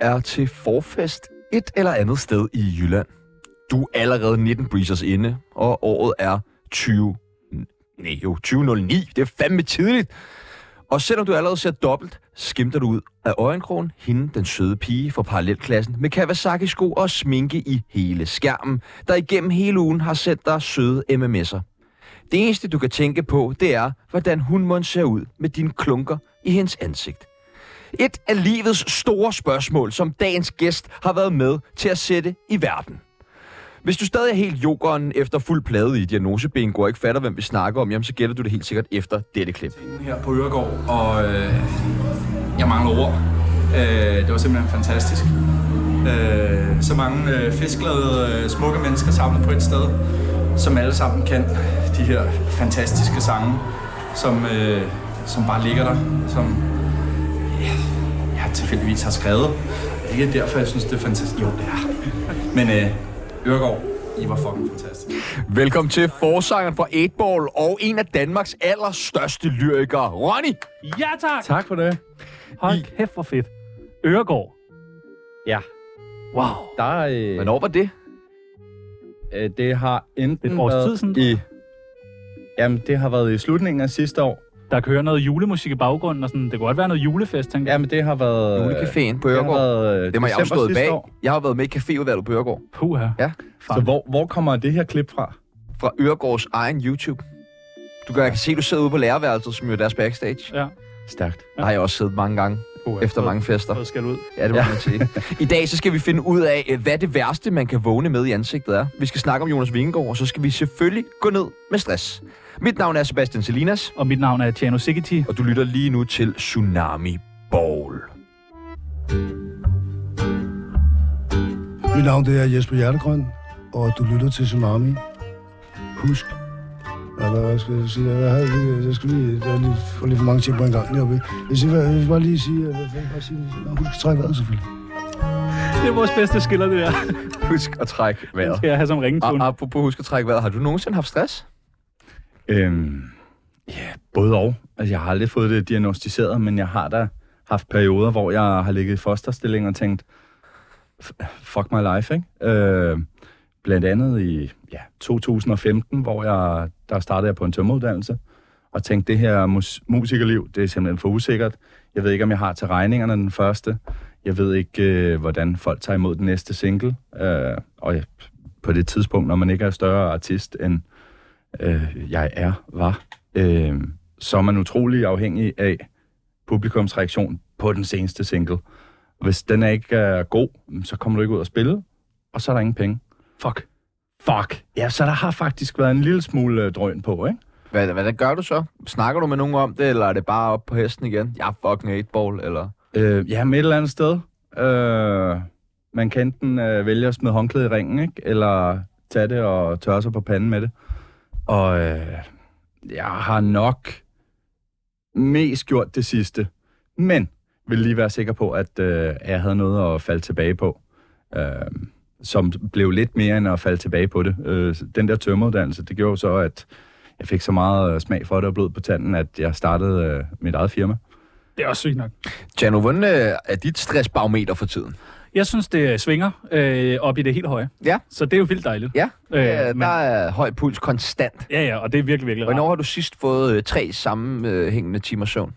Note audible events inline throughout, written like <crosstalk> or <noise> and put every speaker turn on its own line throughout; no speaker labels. er til forfest et eller andet sted i Jylland. Du er allerede 19 breezers inde, og året er 20... Nej, jo, 2009. Det er fandme tidligt. Og selvom du allerede ser dobbelt, skimter du ud af øjenkrogen hende, den søde pige fra parallelklassen, med Kawasaki-sko og sminke i hele skærmen, der igennem hele ugen har sendt dig søde MMS'er. Det eneste, du kan tænke på, det er, hvordan hun må ser ud med dine klunker i hendes ansigt. Et af livets store spørgsmål, som dagens gæst har været med til at sætte i verden. Hvis du stadig er helt jokeren efter fuld plade i diagnosebingo og ikke fatter, hvem vi snakker om, jamen så gætter du det helt sikkert efter dette klip.
her på Øregård, og øh, jeg mangler ord. Øh, det var simpelthen fantastisk. Øh, så mange øh, festglade, øh, smukke mennesker samlet på et sted, som alle sammen kan de her fantastiske sange, som, øh, som bare ligger der, som ja, jeg tilfældigvis har skrevet. Det er ikke derfor, jeg synes, det er fantastisk. Jo, det er. Men øh, Øregård, I var fucking fantastisk.
Velkommen til forsangeren fra 8-Ball og en af Danmarks allerstørste lyrikere, Ronny.
Ja, tak!
Tak for det.
Hold kæft, hvor fedt. Øregård.
Ja,
Wow.
der øh,
Hvornår var det?
øh, det har enten
Et års
været
tid siden?
i... Jamen, det har været i slutningen af sidste år.
Der kører noget julemusik i baggrunden, og sådan. det kunne godt være noget julefest, tænker jeg.
Jamen, det har været... øh,
Julecaféen på
Det har
Øregård.
været øh,
Det må jeg
december
afstået
sidste
bag.
år.
Jeg har været med i caféudvalget på Øregård.
Puh, her.
Ja.
Så hvor, hvor kommer det her klip fra?
Fra Øregårds egen YouTube. Du kan, jeg kan se, du sidder ude på lærerværelset, som jo er deres backstage.
Ja.
Stærkt.
Der har jeg også siddet mange gange
Puh,
efter mange fester.
Noget skal ud.
Ja, det må man sige. <laughs> I dag så skal vi finde ud af, øh, hvad det værste, man kan vågne med i ansigtet er. Vi skal snakke om Jonas Vingegaard, og så skal vi selvfølgelig gå ned med stress. Mit navn er Sebastian Selinas,
Og mit navn er Tjano Sigeti.
og du lytter lige nu til Tsunami Ball.
Mit navn det er Jesper Hjertegrøn, og du lytter til Tsunami. Husk. Ja, hvad hvad skal jeg sige? Jeg, havde, lige- jeg skal lige, jeg har lige, får lige for mange ting på en gang heroppe. Jeg skal, jeg vil bare lige sige, øh, hvad fanden var jeg sige? Nå, Husk at trække vejret selvfølgelig.
Det er vores bedste skiller, <laughs> det Ah, der.
Husk at trække
Den
vejret.
skal jeg have som ringetone.
Og apropos husk at trække vejret, har du nogensinde haft stress?
Øhm, ja, både og. Altså, jeg har aldrig fået det diagnostiseret, men jeg har da haft perioder, hvor jeg har ligget i fosterstilling og tænkt, "F- fuck my life, ikke? Øh, blandt andet i ja, 2015, hvor jeg, der startede jeg på en tømmeruddannelse, og tænkte, det her mus- musikerliv, det er simpelthen for usikkert. Jeg ved ikke, om jeg har til regningerne den første. Jeg ved ikke, øh, hvordan folk tager imod den næste single. Øh, og jeg, på det tidspunkt, når man ikke er større artist end øh, jeg er, var, øh, så er man utrolig afhængig af publikums reaktion på den seneste single. Hvis den er ikke er god, så kommer du ikke ud og spille, og så er der ingen penge.
Fuck.
Fuck. Ja, så der har faktisk været en lille smule øh, drøn på, ikke?
Hvad, hvad, hvad gør du så? Snakker du med nogen om det, eller er det bare op på hesten igen? Jeg er fucking 8-ball, eller...
Øh, ja, med et eller andet sted. Øh, man kan enten øh, vælge at smide håndklædet i ringen, ikke? eller tage det og tørre sig på panden med det. Og øh, jeg har nok mest gjort det sidste, men vil lige være sikker på, at øh, jeg havde noget at falde tilbage på, øh, som blev lidt mere end at falde tilbage på det. Øh, den der tømmeruddannelse, det gjorde jo så, at jeg fik så meget øh, smag for det og blod på tanden, at jeg startede øh, mit eget firma.
Det er også sygt nok.
Tjano, hvordan øh, er dit stressbarometer for tiden?
Jeg synes, det svinger øh, op i det helt høje.
Ja.
Så det er jo vildt dejligt.
Ja,
Øh,
øh,
men-
der er høj puls konstant.
Ja, ja, og det er virkelig, virkelig rart.
Hvornår har du sidst fået øh, tre sammenhængende timers søvn?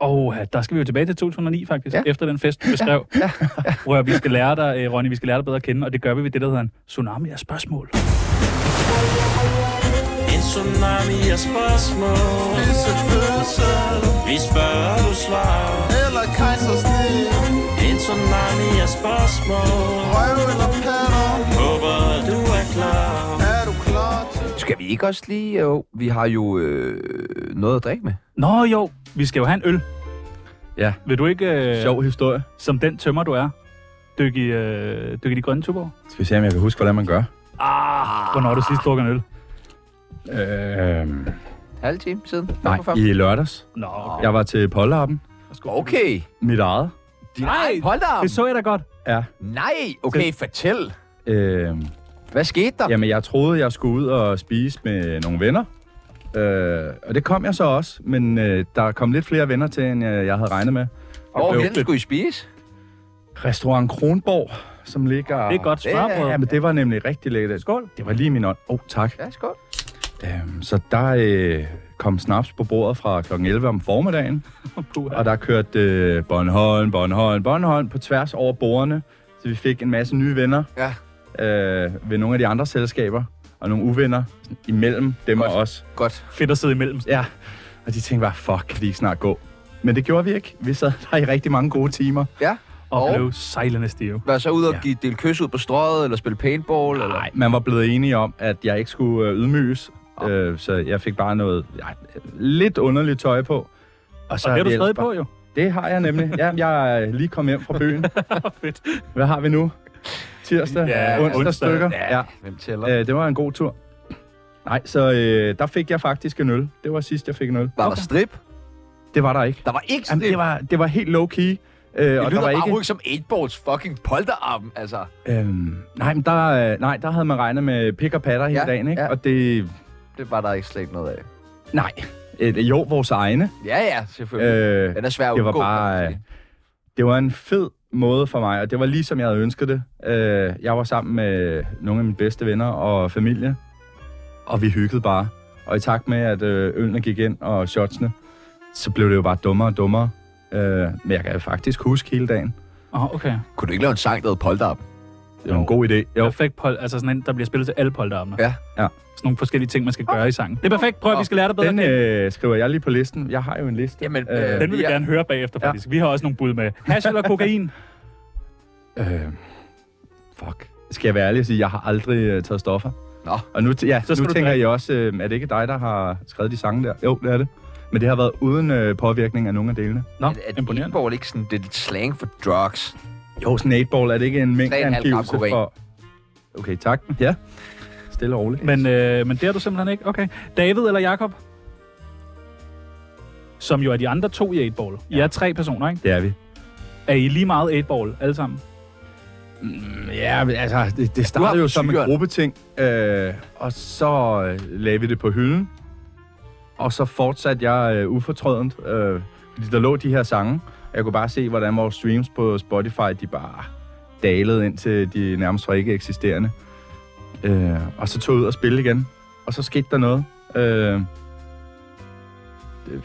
Åh, ja, der skal vi jo tilbage til 2009 faktisk,
Ja.
ja. efter den fest, du beskrev. Ja. Ja. Ja. Hvor vi skal lære dig, øh, Ronny, vi skal lære dig bedre at kende, og det gør vi ved det, der hedder en tsunami af spørgsmål.
En tsunami af spørgsmål Vi spørger, du svarer
Eller kejsersnit
En tsunami af spørgsmål
Røv eller patter
Håber, du er klar
Er du klar til
Skal vi ikke også lige... Jo, vi har jo øh, noget at drikke med.
Nå jo, vi skal jo have en øl.
Ja.
Vil du ikke, øh,
Sjov historie.
som den tømmer, du er, dykke i, øh, dykke i de grønne tuborg?
Skal vi se, om jeg kan huske, hvordan man gør?
Ah, Hvornår har du sidst drukket en øl?
Øh,
Halv time siden?
nej, i lørdags.
Nå, okay.
Jeg var til Pollarpen.
Okay.
Mit eget.
Din
Nej,
egen polterarm.
Det så jeg da godt.
Ja.
Nej, okay, fortæl.
Øh,
Hvad skete der?
jamen, jeg troede, jeg skulle ud og spise med nogle venner. Øh, og det kom jeg så også, men øh, der kom lidt flere venner til, end øh, jeg havde regnet med. Jeg
Hvor
blev-
hen skulle I spise?
Restaurant Kronborg, som ligger...
Det er godt smørbrød.
Ah, Ja, men det var nemlig rigtig lækkert. Skål. Det var lige min ånd. Åh, oh, tak.
Ja, skål.
Øhm, så der øh, kom snaps på bordet fra kl. 11 om
<laughs>
formiddagen, og der kørte øh, Bornholm, Bornholm, Bornholm på tværs over bordene, så vi fik en masse nye venner
Ja.
øh, ved nogle af de andre selskaber, og nogle uvenner sådan, imellem dem og os.
Godt.
Fedt at sidde imellem.
Ja, og de tænkte bare, fuck, kan de ikke snart gå? Men det gjorde vi ikke. Vi sad <laughs> der i rigtig mange gode timer.
Ja.
Og,
Og?
og blev sejlende stive.
Vær så ud og
Ja.
give del kys ud på strøget, eller spille paintball, eller...
Nej, man var blevet enige om, at jeg ikke skulle øh, ydmyges, øh, så jeg fik bare noget ja, lidt underligt tøj på. Og så
Og det
har
er du
vi
stadig
ellers bare-
på, jo.
Det har jeg nemlig. Ja, jeg er lige kommet hjem fra byen.
<laughs> Fedt.
Hvad har vi nu? Tirsdag,
Ja,
ja, onsdag,
onsdag.
onsdag stykker.
Ja, hvem tæller?
Øh, det var en god tur. Nej, så øh, der fik jeg faktisk en øl. Det var sidst, jeg fik en øl.
var der strip?
Det var der ikke.
Der var ikke strip.
Jamen, det, var, det var helt low-key. Øh,
det
og der
lyder
var
bare
ikke,
ikke... som 8-balls fucking polterarm, altså.
øhm, nej, men der, øh, nej, der havde man regnet med pik og patter hele
Ja,
dagen, ikke?
ja.
Og det...
Det var der ikke slet ikke noget af.
Nej. Øh, jo, vores egne.
Ja, ja, selvfølgelig. Øh,
Øh,
Den er svær at
det var
undgå,
bare, øh,
kan man sige.
det var en fed måde for mig, og det var lige som jeg havde ønsket det. Øh, jeg var sammen med nogle af mine bedste venner og familie, og vi hyggede bare. Og i takt med, at øh, ølene gik ind og shotsene, så blev det jo bare dummere og dummere. Øh, men jeg kan faktisk huske hele dagen.
Åh, Ah, okay.
Kunne du ikke lave en sang, der hed polterarm?
Det var en god idé. Jo.
Perfekt pol, altså sådan en, der bliver spillet til alle polterarmene.
Ja.
Ja.
Sådan nogle forskellige ting, man skal gøre i sangen. Det er perfekt. Prøv at vi skal lære dig bedre.
Den
Den, øh,
øh, skriver jeg lige på listen. Jeg har jo en liste.
Jamen,
øh,
den vil vi
ja.
gerne høre bagefter, faktisk. Vi har også nogle bud med. Hash eller
<laughs>
kokain?
øh, fuck. Skal jeg være ærlig og sige, jeg har aldrig øh, taget stoffer.
Nå.
Og nu, t- ja,
Så
så
skal
nu
du
tænker
drikke.
jeg også, øh, er det ikke dig, der har skrevet de sange der? Jo, det er det. Men det har været uden øh, påvirkning af nogen af delene.
Nå,
at, at
imponerende.
e-ball ikke sådan det er lidt slang for drugs.
Jo, sådan 8-ball, er det ikke en mængde
3,5 gram
angivelse
kokain.
for... Okay, tak. Ja. Stille og roligt.
Men, øh, men det er du simpelthen ikke. Okay. David eller Jakob? Som jo er de andre to i 8-ball. I er tre personer, ikke?
Det er vi.
Er I lige meget 8-ball alle sammen?
Ja, men altså, det, det
har
startede jo som en
syren.
gruppeting, øh, og så øh, lagde vi det på hylden, og så fortsatte jeg øh, ufortrødent, øh, fordi der lå de her sange, og jeg kunne bare se, hvordan vores streams på Spotify, de bare dalede ind til de nærmest var ikke eksisterende. Øh, og så tog jeg ud og spille igen, og så skete der noget. Øh, det,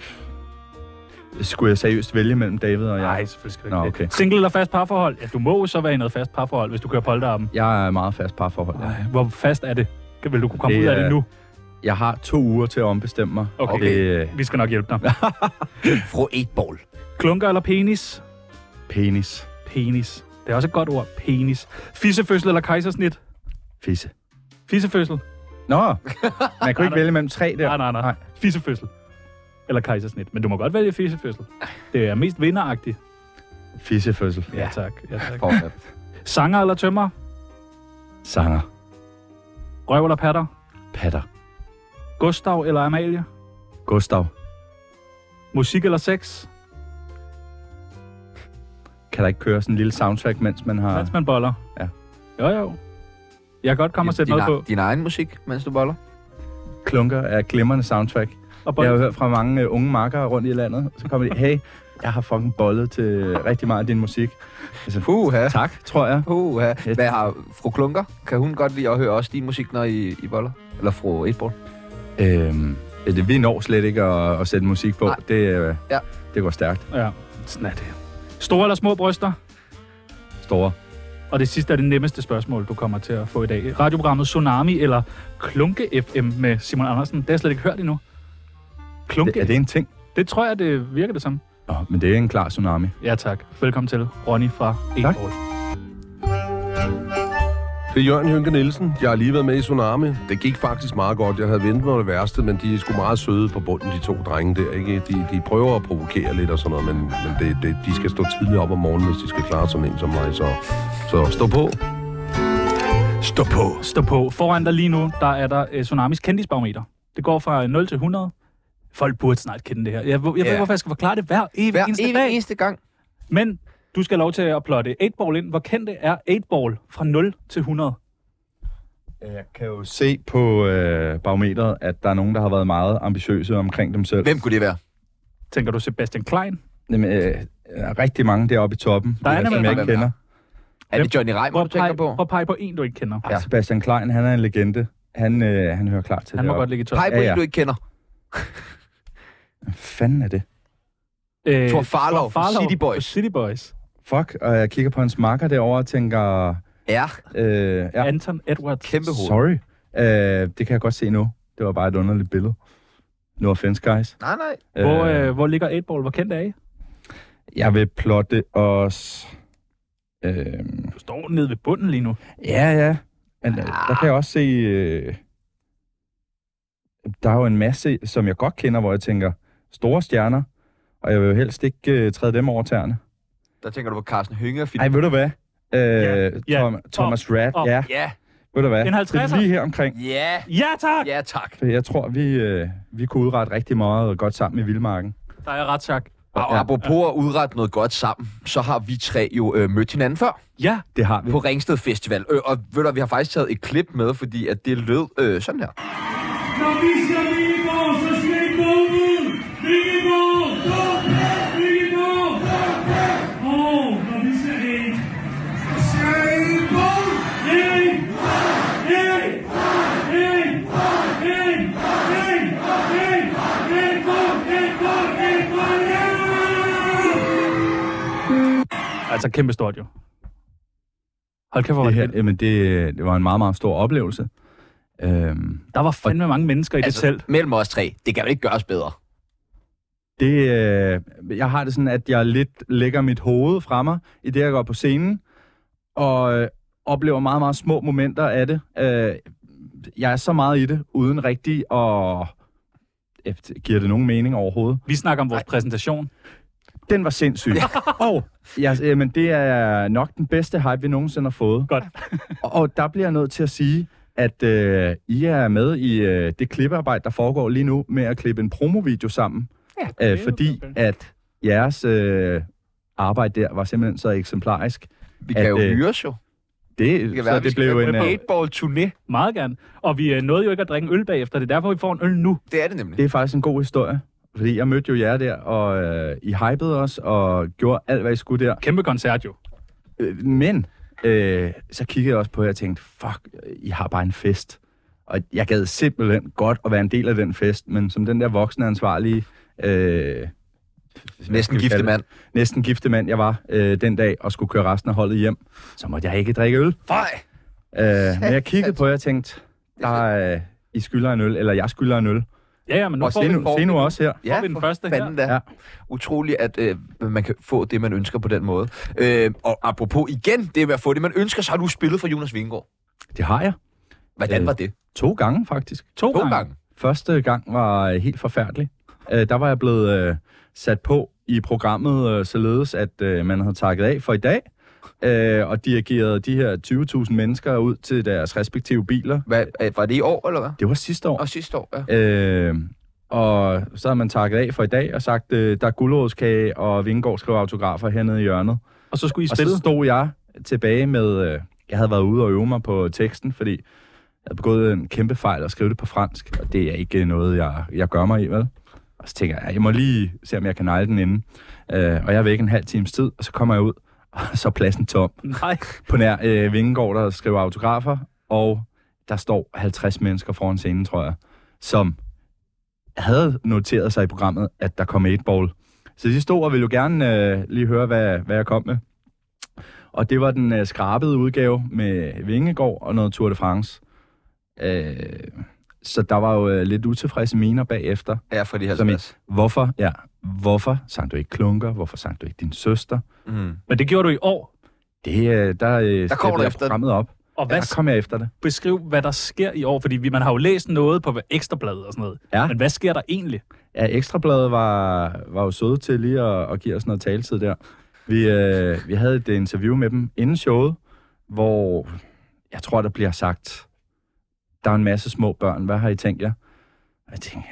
skulle jeg seriøst vælge mellem David og jeg?
selvfølgelig skal
Nå, okay.
Single eller fast parforhold? Ja, du må jo så være i noget fast parforhold, hvis du kører polterarmen.
Jeg er meget fast parforhold. Ja.
Ej, Hvor fast er det? Kan- Vil du kunne komme
Det
ud af
er-
det nu?
Jeg har to uger til at ombestemme mig.
Okay.
Og det øh, er
Vi skal nok hjælpe dig.
Fro 8-ball.
Klunker eller penis?
penis.
Penis. Det er også et godt ord. Penis. Fissefødsel eller kejsersnit?
Fisse.
Fissefødsel?
Nå, man kunne ikke vælge mellem tre der.
Nej, nej, nej. Fissefødsel. Eller kejsersnit. Men du må godt vælge fissefødsel. Det er mest vinderagtigt.
Fissefødsel.
Ja, tak. Ja, tak.
For, at-
Sanger eller tømmer?
<laughs> Sanger.
Røv eller patter?
Patter.
Gustav eller Amalie?
Gustav.
Musik eller sex?
Kan der ikke køre sådan en lille soundtrack, mens man har...
Mens man boller.
Ja.
Jo, jo. Jeg kan godt komme og sætte
din,
noget på.
din, din egen musik, mens du boller.
Klunker er glimrende soundtrack.
Og
Jeg har jo
bolle.
hørt fra mange øh, unge makkere rundt i landet. Så kommer de, hey, jeg har fucking bollet til rigtig meget af din musik. Altså,
Puha.
tak, tror jeg.
Puha. Hvad har fru Klunker? Kan hun godt lide at høre også din musik, når I, I boller? Eller fru 8-ball?
Øhm, ja, det, vi når slet ikke at, at sætte musik på.
Nej.
Det, øh,
Ja.
det går stærkt.
Ja, sådan er det. Store eller små bryster?
Store.
Og det sidste er det nemmeste spørgsmål, du kommer til at få i dag. Radioprogrammet Tsunami eller Klunke FM med Simon Andersen. Det har jeg slet ikke hørt endnu. Klunke?
Er det en ting?
det tror jeg, det virker det som.
Nå, men det er en klar tsunami.
Ja tak. Velkommen til Ronny fra
Tak.
Egenborg.
Det er Jørgen Jynke Nielsen. Jeg har lige været med i Tsunami. Det gik faktisk meget godt. Jeg havde ventet mig det værste, men de er sgu meget søde på bunden, de to drenge der. Ikke? De, de prøver at provokere lidt og sådan noget, men, men det, det, de skal stå tidligt op om morgenen, hvis de skal klare sådan en som mig. Så, så stå på. Stå på.
Stå på. Foran dig lige nu, der er der øh, Tsunamis kendisbarometer. Det går fra 0 til 100. Folk burde snart kende det her. Jeg, jeg ved ikke,
Ja.
hvorfor jeg skal forklare det hver evig
Hver
eneste
evig
dag.
eneste gang.
Men du skal have lov til at plotte 8-ball ind. Hvor kendte er 8-ball fra 0 til 100?
Jeg kan jo se på øh, barometeret, at der er nogen, der har øh, rigtig mange deroppe i toppen,
Der er
øh,
nemlig
som jeg ikke
mange.
kender.
Er det Johnny
Prøv
Reimer, du
at pege
tænker
prøv
på?
at pege på en, du ikke kender. Altså,
Ja. Sebastian Klein, han er en legende. Han, øh, han hører klart til
Han må
deroppe.
godt ligge i top.
Pege på
Ja, ja.
en, du ikke kender.
Hvad fanden er det?
Øh,
Thor Farlov, City
fra
Boys.
City Boys.
Fuck, og jeg kigger på hans makker derovre og tænker...
Ja,
Øh, ja,
Anton Edwards.
kæmpe hoved.
sorry. Øh, det kan jeg godt se nu. Det var bare et underligt billede. No offense, guys.
Nej, nej.
Hvor, øh, hvor ligger 8-ball? Hvor kendt er I?
Jeg vil plotte os... Øh,
Du står nede ved bunden lige nu.
ja, ja. Men øh, der kan jeg også se... Øh, der er jo en masse, som jeg godt kender, hvor jeg tænker, store stjerner, og jeg vil jo helst ikke øh, træde dem over tæerne.
Der tænker du på Carsten Hønge og Philip.
Ej, ved du hvad? Øh,
Ja, ja.
Tom, Thomas Rad,
op.
ja.
Ja,
Ved du hvad?
En 50'er.
Det er lige her omkring.
ja,
Ja, tak!
ja tak.
For Jeg tror, vi, øh, vi kunne udrette rigtig meget godt sammen i Vildmarken.
Der er ret tak.
Og ja. apropos at udrette noget godt sammen, så har vi tre jo øh, mødt hinanden før
Ja,
Det har vi.
på Ringsted Festival. Øh, og ved du, hvad, vi har faktisk taget et klip med, fordi at det lød øh, sådan her.
Altså,
Når vi siger Vingeborg, så skal I gå ud! Vingeborg! Vingeborg! Og når vi siger hey, så siger I gå! Hey! Hey! Hey! Hey! Hey! Hey! Hey! Gå! Hey! Gå! Hey! Gå! Ja!
altså kæmpe stort jo. Hold kæft, hvor var
Det,
det
her,
fedt.
jamen det, det var en meget, meget stor oplevelse. Øhm,
Der var fandme mange mennesker i
altså-
det telt.
Altså, mellem os tre. Det kan vel ikke gøres bedre.
det, øh, jeg har det sådan, at jeg lidt lægger mit hoved fra mig, i det jeg går på scenen, og øh, oplever meget, meget små momenter af det. Øh, jeg er så meget i det, uden rigtig at... Øh, Giver det nogen mening overhovedet?
Vi snakker om vores præsentation.
Den var sindssyg. og ja, jamen, det er nok den bedste hype, vi nogensinde har fået.
Godt.
og, og der bliver jeg nødt til at sige, at øh, I er med i øh, det klippearbejde, der foregår lige nu med at klippe en promovideo sammen. Ja, øh, fordi
okay.
at jeres øh, arbejde der var simpelthen så eksemplarisk.
Vi kan
At,
jo
øh,
hyres jo.
Det,
Det kan
det
være,
så
vi
det
skal
blev
være
en...
med på
Øh,
Eightball-turné.
Meget gerne. Og vi øh, nåede jo ikke at drikke en øl bagefter. Det er derfor, vi får en øl nu.
Det er det nemlig.
det er faktisk en god historie. Fordi jeg mødte jo jer der, og øh, I hypede os, og gjorde alt, hvad I skulle der.
Kæmpe koncert jo.
Øh, men øh, så kiggede jeg også på jer og tænkte, fuck, I har bare en fest. Og jeg gad simpelthen godt at være en del af den fest, men som den der voksne ansvarlige... Øh, hvad skal
Næsten
vi
gifte
kalde det?
mand.
Næsten gifte mand, jeg var øh, den dag, og skulle køre resten af holdet hjem. Så måtte jeg ikke drikke øl.
Nej.
Øh, men jeg kiggede på jer og tænkte, der, øh, I skylder en øl, eller jeg skylder en øl.
Ja, ja, men nu
Og
får
Se
vi,
Senu-
nu, se nu også her.
får vi den
for
første her.
fanden da.
Ja.
Utroligt, at øh, man kan få det, man ønsker på den måde. Øh, og apropos igen, det med at få det, man ønsker, så har du spillet for Jonas Vingård.
Det har jeg.
Hvordan
Øh,
var det?
To gange, faktisk.
To,
To
gange.
gange.
Første gang var øh, helt forfærdelig. Øh, Der var jeg blevet øh, sat på i programmet, øh, således at øh, man havde takket af for i dag, øh, og dirigerede de her 20.000 mennesker ud til deres respektive biler.
Hvad, øh, var det i år, eller hvad?
Det var sidste år.
Og sidste år, ja.
Øh, Og så havde man takket af for i dag og sagt, øh, der er guldrådskage, og Vingegaard skriver autografer hernede i hjørnet.
Og så skulle I
Og så
spille.
stod jeg tilbage med, øh, jeg havde været ude og øve mig på teksten, fordi jeg havde begået en kæmpe fejl og skrevet det på fransk, og det er ikke noget, jeg, jeg gør mig i, vel? Og så tænker jeg, jeg må lige se, om jeg kan negle den inden. Øh, og jeg er væk en halv times tid, og så kommer jeg ud, <laughs> og så er pladsen tom.
Nej.
På nær øh, Vingegaard, der skriver autografer, og der står 50 mennesker foran scenen, tror jeg, som havde noteret sig i programmet, at der kom et ball. Så de stod og ville jo gerne øh, lige høre, hvad, hvad jeg kom med. Og det var den øh, skrabede udgave med Vingegaard og noget Tour de France. Øh, så der var jo øh, lidt utilfredse miner bagefter.
Ja, for de
Som i-
50.
Hvorfor? Ja, hvorfor sang du ikke klunker? Hvorfor sang du ikke din søster?
Mm.
Men det gjorde du i år.
Det, øh, der, øh,
Der kommer du
steppede jeg
efter den.
programmet op.
Og hvad,
Der kom jeg efter det.
beskriv, hvad der sker i år, fordi vi, man har jo læst noget på Ekstrabladet og sådan noget.
Ja. Altså,
Men hvad sker der egentlig?
Ja, Ekstrabladet var, var jo søde til lige at, at give os noget taletid der. Vi, øh, vi havde et interview med dem inden showet, hvor jeg tror, der bliver sagt, der er en masse små børn, hvad har I tænkt jer? Og jeg tænkte,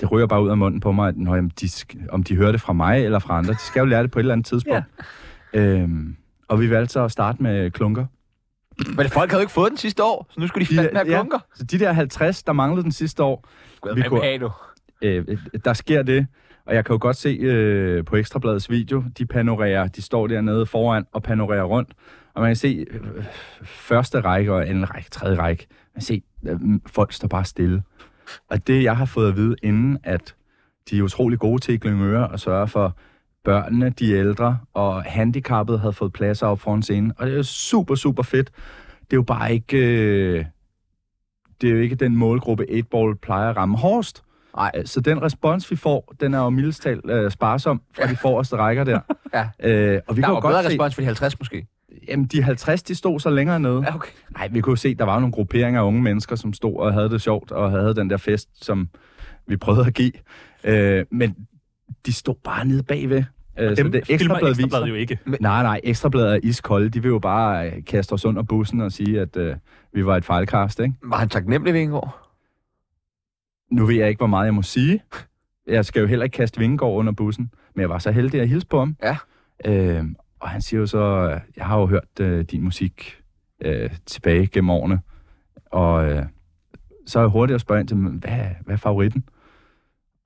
det ryger bare ud af munden på mig, at nå, jamen, de, sk- om de hører det fra mig eller fra andre. De skal jo lære det på et eller andet tidspunkt. Ja. Øhm, og vi valgte så at starte med klunker.
Men folk havde jo ikke fået den sidste år, så nu skulle de fandme have
ja,
klunker.
så de der 50, der manglede den sidste år, vi kunne,
have nu.
øh, der sker det, Og jeg kan jo godt se øh, på Ekstrabladets video, de panorerer, de står dernede foran og panorerer rundt. Og man kan se øh, første række og anden række, tredje række. Man kan se, øh, folk står bare stille. Og det, jeg har fået at vide inden, at de er utrolig gode til i Glyngøre at sørge for børnene, de ældre og handicappede havde fået pladser op foran scenen. Og det er jo super, super fedt. Det er jo bare ikke... Øh, det er jo ikke den målgruppe 8-ball plejer at ramme hårdest. Nej. Så den respons, vi får, den er jo mildest talt øh, sparsom fra de forreste rækker der.
<laughs> Ja.
Øh, og vi
Der
kan jo
var bedre
godt se,
respons for de 50 måske.
jamen de 50, de stod så længere nede.
Ja, okay.
Nej, vi kunne jo se, der var jo nogle grupperinger af unge mennesker, som stod og havde det sjovt, og havde den der fest, som vi prøvede at give. Øh, men de stod bare nede bagved. Øh,
Dem det filmer
Ekstrabladet viser-
Ekstrabladet jo ikke.
Nej, nej, ekstrabladet er iskolde. De vil jo bare øh, kaste os under bussen og sige, at øh, vi var et fejlkast, ikke?
Var han taknemmelig ved Ingegaard?
Nu ved jeg ikke, hvor meget jeg må sige. Jeg skal jo heller ikke kaste Vingegaard under bussen. Men jeg var så heldig at hilse på ham.
Ja.
Øh, og han siger jo så, øh, jeg har jo hørt øh, din musik øh, tilbage gennem årene. Og øh, så er jeg hurtigt at spørge ind til, "Men hvad, hvad er favoritten?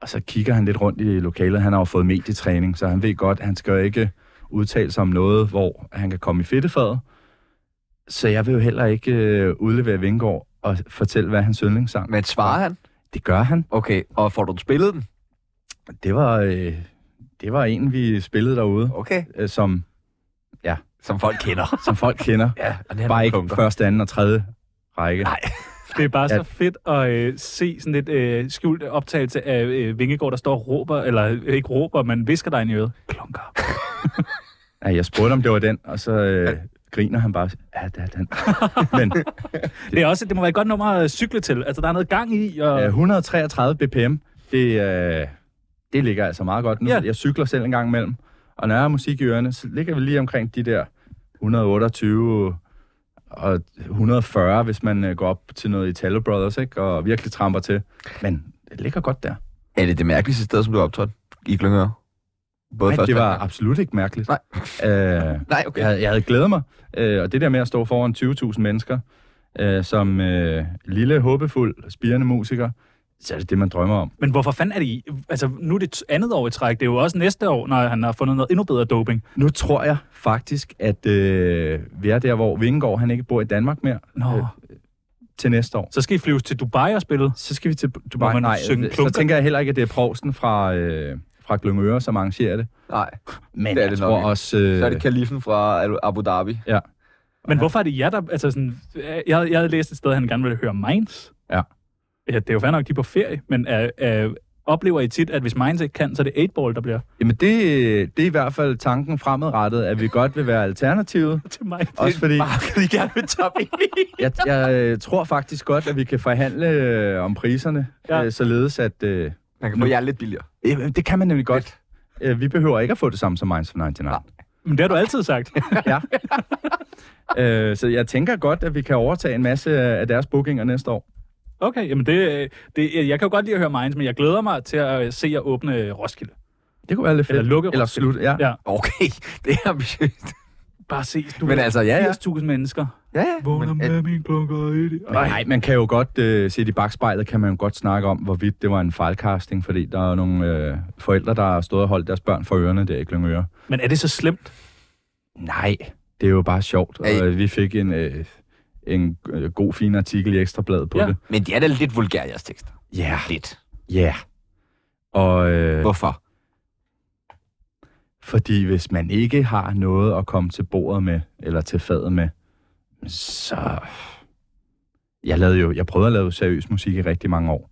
Og så kigger han lidt rundt i lokalet. Han har jo fået medietræning, så han ved godt, at han skal jo ikke udtale sig om noget, hvor han kan komme i fedtefadet. Så jeg vil jo heller ikke øh, udlevere Vingård og fortælle, hvad hans yndlingssang
Men svarer han?
Det gør han.
Okay, og får du den spillet den?
Det var, øh, det var en, vi spillede derude,
Okay.
øh, som,
Som folk kender.
som folk kender.
<laughs> ja, og det er
Bare
nogle
ikke
punker.
første, anden og tredje række.
Nej.
Det er bare
Ja.
så fedt at øh, se sådan lidt øh, skjult optagelse af øh, Vingegaard, der står og råber, eller øh, ikke råber, men visker dig ind i øret. Klunker.
Ja, jeg spurgte, om det var den, og så øh, griner han bare. Ja, det er
<laughs>
den. Men
Det, er også, det må være et godt nummer at cykle til. Altså, der er noget gang i, og
øh,
ja.
133 bpm, det, øh, det ligger altså meget godt. Nu,
Ja.
ja. Jeg cykler selv en gang imellem, og når jeg har musik i ørerne, så ligger vi lige omkring de der 128 og 140, hvis man øh, går op til noget Italo Brothers, ikke? og virkelig tramper til. Men det ligger godt der.
Er det det mærkeligste sted, som du har optrådt i Glyngøre? Både
Nej,
første
det
og
var
anden gang?
absolut ikke mærkeligt.
Nej.
Øh,
Nej, okay.
jeg, jeg havde glædet mig, øh, og det der med at stå foran 20.000 mennesker, øh, som øh, lille, håbefuld, spirende musiker, så er det det, man drømmer om.
Men hvorfor fanden er det i? Altså, nu er det t- andet år i træk. Det er jo også næste år, når han har fundet noget endnu bedre doping.
Nu tror jeg faktisk, at øh, vi er der, hvor Vingegaard, han ikke bor i Danmark mere
Nå.
øh, til næste år.
Så skal I flyves til Dubai og spille.
Så skal vi til
Må
Dubai.
man
Nej,
synge
så
klunker?
tænker jeg heller ikke, at det er Provsten fra, øh, fra Glyngøre, som arrangerer det.
Nej,
Men
Det er
jeg
det nok
tror
ikke.
også... Øh,
så er det kalifen fra Al- Abu Dhabi.
Men hvorfor er det jer, der... Altså sådan, jeg, havde- jeg havde læst et sted, at han gerne ville høre Mainz.
Ja.
ja det er jo fair nok, de er på ferie, men øh, øh, oplever I tit, at hvis Mainz ikke kan, så er det 8-ball, der bliver <laughs>
Jamen det, øh, det er i hvert fald tanken fremadrettet, at vi godt vil være alternativet.
til mig.
Også fordi
<laughs>
Mark, de gerne vil top
<laughs> jeg, jeg øh, tror faktisk godt, at vi kan forhandle øh, om priserne,
Ja.
ja. øh, således at... Øh,
Man kan få jer lidt billigere.
jamen, det kan man nemlig godt. Øh, vi behøver ikke at få det samme som Minds for 99.
Men det har du altid sagt. <laughs>
Ja. øh, så jeg tænker godt, at vi kan overtage en masse af deres bookinger næste år.
Okay, jamen det, øh, det, jeg kan jo godt lide at høre Mainz, men jeg glæder mig til at øh, se jer åbne øh, Roskilde.
Det kunne være lidt fedt.
Eller lukke
Eller
Roskilde.
slut, ja.
Ja.
ja.
Okay, <laughs> det er ambitiøst.
Bare ses, du
Men
er
altså, ja, ja.
80.000 mennesker.
Ja, ja.
Vågner
Men, øh,
med min klunker i det.
Nej, Nej, man kan jo godt øh, se i bagspejlet, kan man jo godt snakke om, hvorvidt det var en fejlcasting, fordi der er nogle øh, forældre, der har stået og holdt deres børn for ørerne der i Glyngøre.
Men er det så slemt?
Nej, det er jo bare sjovt. Og,
Ej.
øh, vi fik en, øh, en øh, god, fin artikel i Ekstrabladet på
Ja.
ja. det.
men de er da lidt vulgære, jeres tekster.
Ja, yeah.
Lidt.
ja. Yeah. Og øh,
Hvorfor?
fordi hvis man ikke har noget at komme til bordet med, eller til fadet med, så... Jeg, lavede jo, jeg prøvede at lave seriøs musik i rigtig mange år.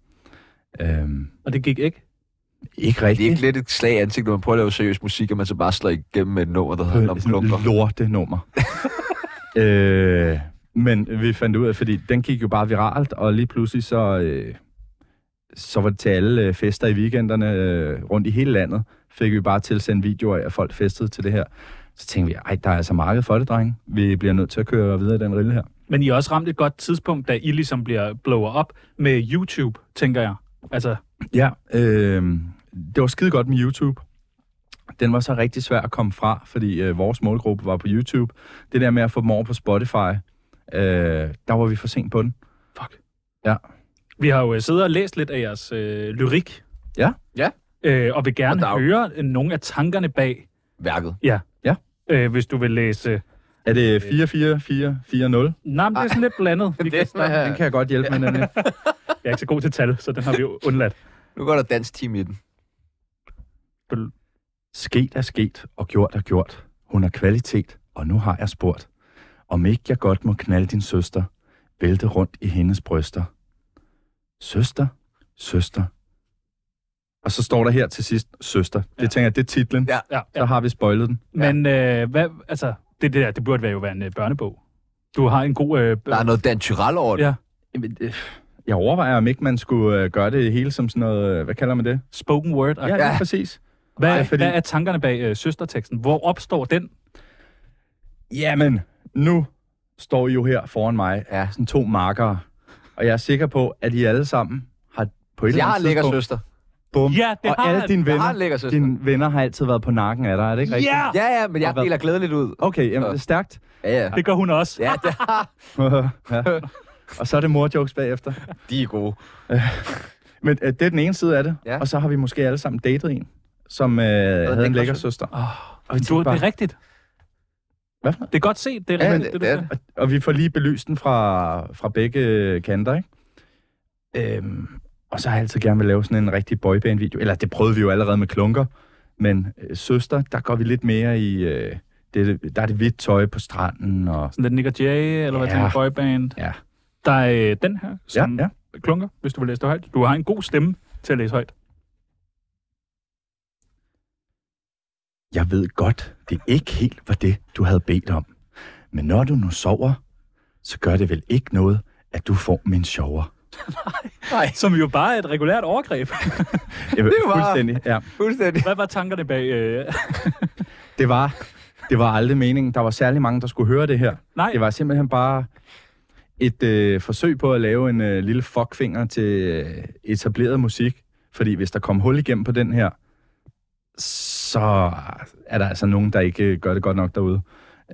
Øhm,
Og det gik ikke.
ikke
Det er
rigtig.
ikke lidt et slag i ansigtet, når man prøver at lave seriøs musik, og man så bare slår igennem med et nummer, der handler om klunker.
lorte nummer.
<laughs>
øh, men vi fandt ud af, fordi den gik jo bare viralt, og lige pludselig så, øh, så var det til alle øh, fester i weekenderne øh, rundt i hele landet, fik vi bare tilsendt videoer af, at folk festede til det her. Så tænkte vi, ej, der er altså marked for det, drenge. Vi bliver nødt til at køre videre i den rille her.
Men I har også ramt et godt tidspunkt, da I ligesom bliver blower op med YouTube, tænker jeg. Altså,
Ja, øh, det var skide godt med YouTube. Den var så rigtig svær at komme fra, fordi øh, vores målgruppe var på YouTube. Det der med at få dem over på Spotify, øh, der var vi for sent på den.
fuck.
Ja.
Vi har jo øh, siddet og læst lidt af jeres øh, lyrik.
Ja.
Ja.
øh, og vil
Og
gerne
der er jo-
høre øh, nogle af tankerne bag,
Værket.
øh, hvis du vil læse...
Er det 44440?
Nej, men det er sådan lidt blandet. Vi kan, jeg
Den kan jeg godt hjælpe med, nemlig.
er ikke så god til tal, så den har vi jo undladt.
Nu går der dansk team i den.
Sket er sket, og gjort er gjort. Hun er kvalitet, og nu har jeg spurgt, om ikke jeg godt må knalde din søster, vælte rundt i hendes bryster. Søster, søster. Og så står der her til sidst, søster. Det tænker jeg, det er titlen.
Ja.
Ja,
Så
ja.
har vi spoilet den.
Men øh, hvad, altså, det, det der, det burde være jo være en øh, børnebog. Du har en god... Øh,
Der er noget Dan Tyrell over det.
ja,
Jamen, øh, Jeg overvejer, om ikke man skulle øh, gøre det hele som sådan noget, øh, hvad kalder man det?
spoken word.
Ja,
Ja,
ja. præcis.
hvad,
nej,
nej,
fordi-
fordi... hvad er tankerne bag øh, søsterteksten? Hvor opstår den?
Jamen, nu står I jo her foran mig,
Ja.
sådan to markere. Og jeg er sikker på, at I alle sammen har på et eller
Jeg har en
andet
lækker
tidspunkt...
søster.
Bum,
Ja, det
og
har
alle
han.
dine
Jeg har
venner,
en lækker søster.
dine venner har altid været på nakken af dig, er det ikke rigtigt?
Ja!
Ja, ja, men jeg
Og hvad-
deler glædeligt ud.
Okay, jamen, det er stærkt.
Ja, ja.
Det gør hun også.
Ja, det,
<laughs> ja. Og så er det morjokes bagefter.
de er gode.
Men øh, det er den ene side af det.
Ja.
Og så har vi måske alle sammen datet en, som øh, havde
lækker
en lækker
søster.
søster. Oh, og vi
Du,
tænkte
det
bare,
er rigtigt.
Hvad for noget?
Det er godt set. Det er
Ja,
rigtigt,
det-
det, du
det er
siger.
Og, og vi får lige belyst den fra, fra begge kanter, ikke? Øhm, og så har jeg altid gerne vil lave sådan en rigtig boyband-video. Eller det prøvede vi jo allerede med klunker. Men øh, søster, der går vi lidt mere i... Øh, det, der er det hvidt tøj på stranden og...
Sådan lidt Nick og Jay, eller hvad
Ja.
ja. tænker du, boyband.
Ja.
Der er øh, den her,
Ja,
som
ja.
klunker, hvis du vil læse det højt. Du har en god stemme til at læse højt.
Jeg ved godt, det ikke helt var det, du havde bedt om. Men når du nu sover, så gør det vel ikke noget, at du får min sjover.
Som jo bare er et regulært
<laughs>
overgreb.
Jeg, det
var-
Fuldstændig, ja.
Fuldstændig.
hvad var tankerne bag? Øh...
Det var, det var aldrig meningen. Der var særlig mange, der skulle høre det her.
Nej,
Det var simpelthen bare et øh, forsøg på at lave en øh, lille fuckfinger til øh, etableret musik. Fordi hvis der kom hul igennem på den her, så er der altså nogen, der ikke øh, gør det godt nok derude.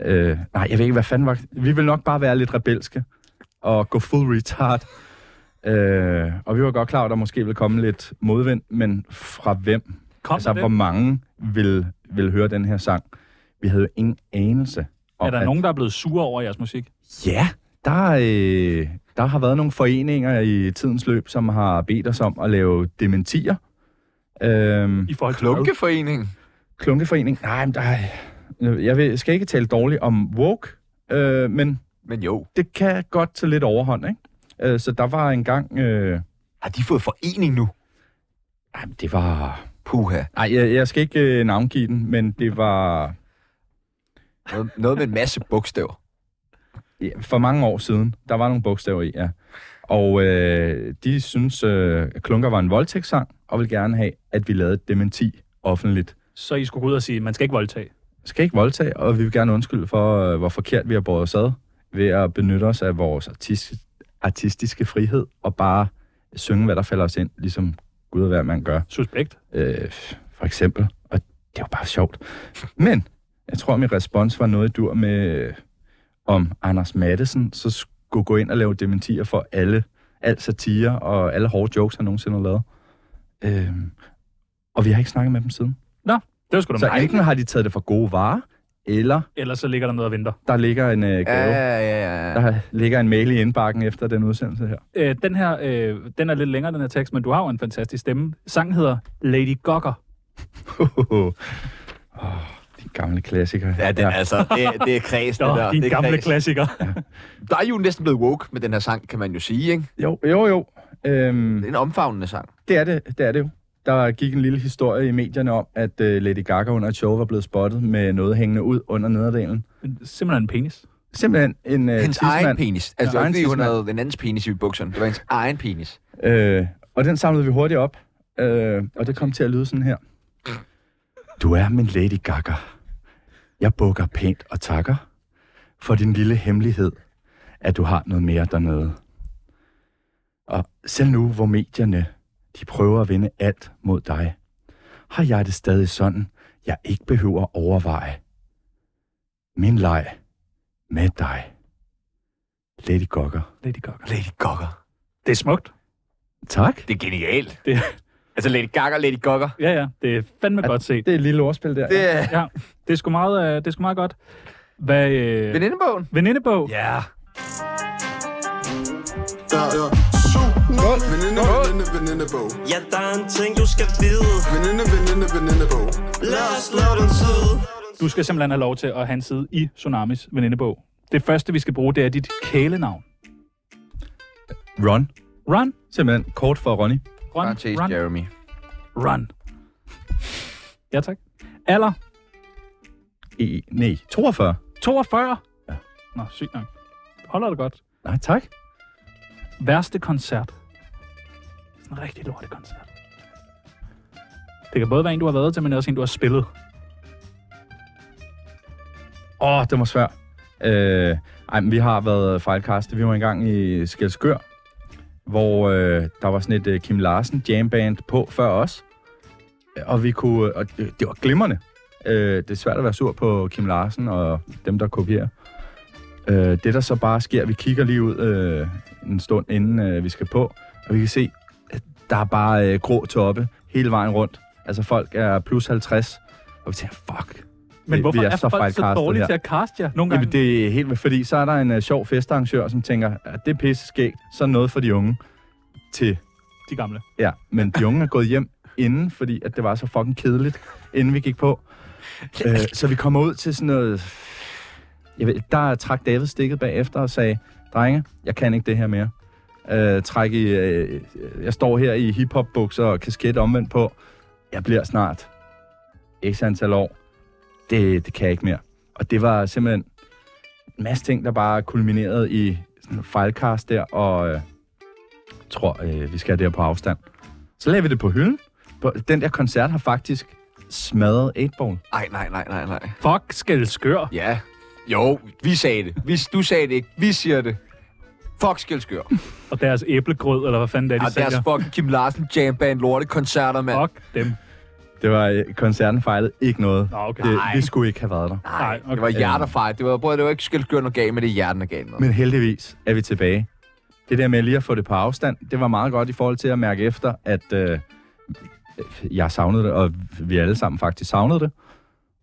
Øh, nej, jeg ved ikke, hvad fanden var... Vi vil nok bare være lidt rebelske og gå full retard. Øh, og vi var godt klar over, at der måske ville komme lidt modvind, men fra hvem?
kom
altså,
altså,
hvor
det.
mange vil, vil høre den her sang? Vi havde jo ingen anelse om,
Er der
at-
nogen, der er blevet sure over jeres musik?
Ja, der, øh, der har været nogle foreninger i tidens løb, som har bedt os om at lave dementier. Øhm,
I forhold til hvad?
Lunkeforeningen.
klunkeforening. Nej, men der, jeg vil, skal ikke tale dårligt om woke, øh, men
Men jo,
det kan godt tage lidt overhånd, ikke? Øh, så der var engang... Øh,
har de fået forening nu?
ej, men det var...
Puha.
Nej, jeg, jeg skal ikke øh, navngive den, men det var
Noget, noget med en masse bogstaver.
ja, for mange år siden. Der var nogle bogstaver i, ja. Og øh, de synes, øh, at Klunker var en voldtægtssang, og vil gerne have, at vi lavede et dementi offentligt.
Så I skulle gå ud og sige, man skal ikke voldtage.
skal ikke voldtage, og vi vil gerne undskylde for, øh, hvor forkert vi har båret os ad, ved at benytte os af vores artis- artistiske frihed, og bare synge, hvad der falder os ind, ligesom Gud og hver mand gør,
Suspekt.
øh, for eksempel. Og det er jo bare sjovt. Men jeg tror, min respons var noget i dur med, øh, om Anders Mattesen, så skulle gå ind og lave dementier for alle, al satire og alle hårde jokes, han nogensinde har lavet. Øh, og vi har ikke snakket med dem siden.
Det var sgu da
Så
mærkeligt.
enten har de taget det for gode varer, eller
Ellers så ligger der noget og venter.
der ligger en øh, gave.
Ja, ja, ja.
Der ligger en mail i indbakken efter den udsendelse her.
Øh, den her, øh, den er lidt længere, den her tekst, men du har jo en fantastisk stemme. Sangen hedder Lady Gogger.
oh, din gamle klassiker.
Ja, den, altså, det, det er kreds, det
Nå,
der.
din
det er
gamle
kreds. <laughs>
klassiker.
Der er jo næsten blevet woke med den her sang, kan man jo sige, ikke?
Jo, jo, jo.
Det
Øhm,
er en omfavnende sang.
det er det, det er det jo. Der gik en lille historie i medierne om, at øh, Lady Gaga under et show var blevet spottet med noget hængende ud under nederdelen.
Simpelthen en penis.
Simpelthen en øh,
Hendes egen
tidsmand.
penis. Altså, det
Ja,
var
egen
ikke, fordi hun
tidsmand.
havde den andens penis i bukserne. Det var hendes egen penis.
Øh, og den samlede vi hurtigt op, øh, og det kom til at lyde sådan her. Du er min Lady Gaga. Jeg bukker pænt og takker for din lille hemmelighed, at du har noget mere dernede. Og selv nu, hvor medierne de prøver at vinde alt mod dig, har jeg det stadig sådan, jeg ikke behøver at overveje. Min leg med dig. Lady Gaga.
Lady Gogger.
Lady Gogger.
Det er smukt.
Tak.
Det er genialt.
Det,
Altså Lady Gaga, Lady Gaga.
Ja, ja, det er fandme godt set.
Det er et lille ordspil der.
Det er
Ja, det er sgu meget, øh, det er sgu meget godt. Hvad, øh,
venindebogen.
venindebog?
Ja.
Ja.
Der er syv veninde, veninde, venindebog.
Ja, der er en ting, du skal vide.
Veninde, veninde, venindebog.
Lad os lave den tid.
Du skal simpelthen have lov til at have en side i Tsunamis venindebog. Det første, vi skal bruge, det er dit kælenavn.
Ron.
Run,
Simpelthen kort for Ronny.
run,
Chase
run,
Jeremy.
run. Ja, tak. Alder?
E, nej, 42.
42? Ja. Nå, sygt nok. Holder det godt.
Nej, tak.
Værste koncert? Sådan en rigtig lorte koncert. Det kan både være en, du har været til, men også en, du har spillet.
Åh, oh, det var svært. Øh, ej, men vi har været fejlkastet. Vi var engang i Skelskør, hvor øh, der var sådan et øh, Kim Larsen jamband på før os. Og vi kunne... øh, Og det, det var glimrende. Øh, det er svært at være sur på Kim Larsen og dem, der kopierer. Øh, det, der så bare sker, vi kigger lige ud øh, en stund, inden øh, vi skal på, og vi kan se, at der er bare øh, grå toppe hele vejen rundt. Altså, folk er plus 50, og vi tænker, fuck,
Men
vi-
hvorfor
vi
er,
er
er
så
folk så
fejlcastet
dårlige
her.
til at caste jer nogle gange?
Jamen, det er helt vildt, fordi så er der en uh, sjov festarrangør, som tænker, at det er pisse skægt, så noget for de unge til,
de gamle.
ja, men de unge er gået hjem inden, fordi at det var så fucking kedeligt, inden vi gik på. Uh, så vi kommer ud til sådan noget, jeg ved, der trak David stikket bagefter og sagde, drenge, jeg kan ikke det her mere. Uh, træk i, uh, jeg står her i hiphop-bukser og kasket omvendt på. Jeg bliver snart x antal år. Det, det kan jeg ikke mere. Og det var simpelthen en masse ting, der bare kulminerede i sådan en fejlkast der, og øh, jeg tror, øh, vi skal der på afstand. Så lagde vi det på hylden. På- Den der koncert har faktisk smadret 8-ball.
Ej, nej, nej, nej, nej.
Fuck, skal skør.
Ja. Jo, vi sagde det. Vi, du sagde det ikke. Vi siger det. Fuck skældskør.
Og deres æblegrød, eller hvad fanden det er, de
Og
sælger.
deres fucking Kim Larsen jamband lorte koncerter, mand.
Fuck dem.
Det var, øh, koncerten fejlede ikke noget.
Nå, okay.
Det,
Nej.
vi skulle ikke have været der.
Nej, okay.
Det var hjertefejl. Det var, bror, det var ikke skældskøren og gav, men det er hjerten, der gav noget.
Men heldigvis er vi tilbage. Det der med lige at få det på afstand, det var meget godt i forhold til at mærke efter, at øh, jeg savnede det, og vi alle sammen faktisk savnede det.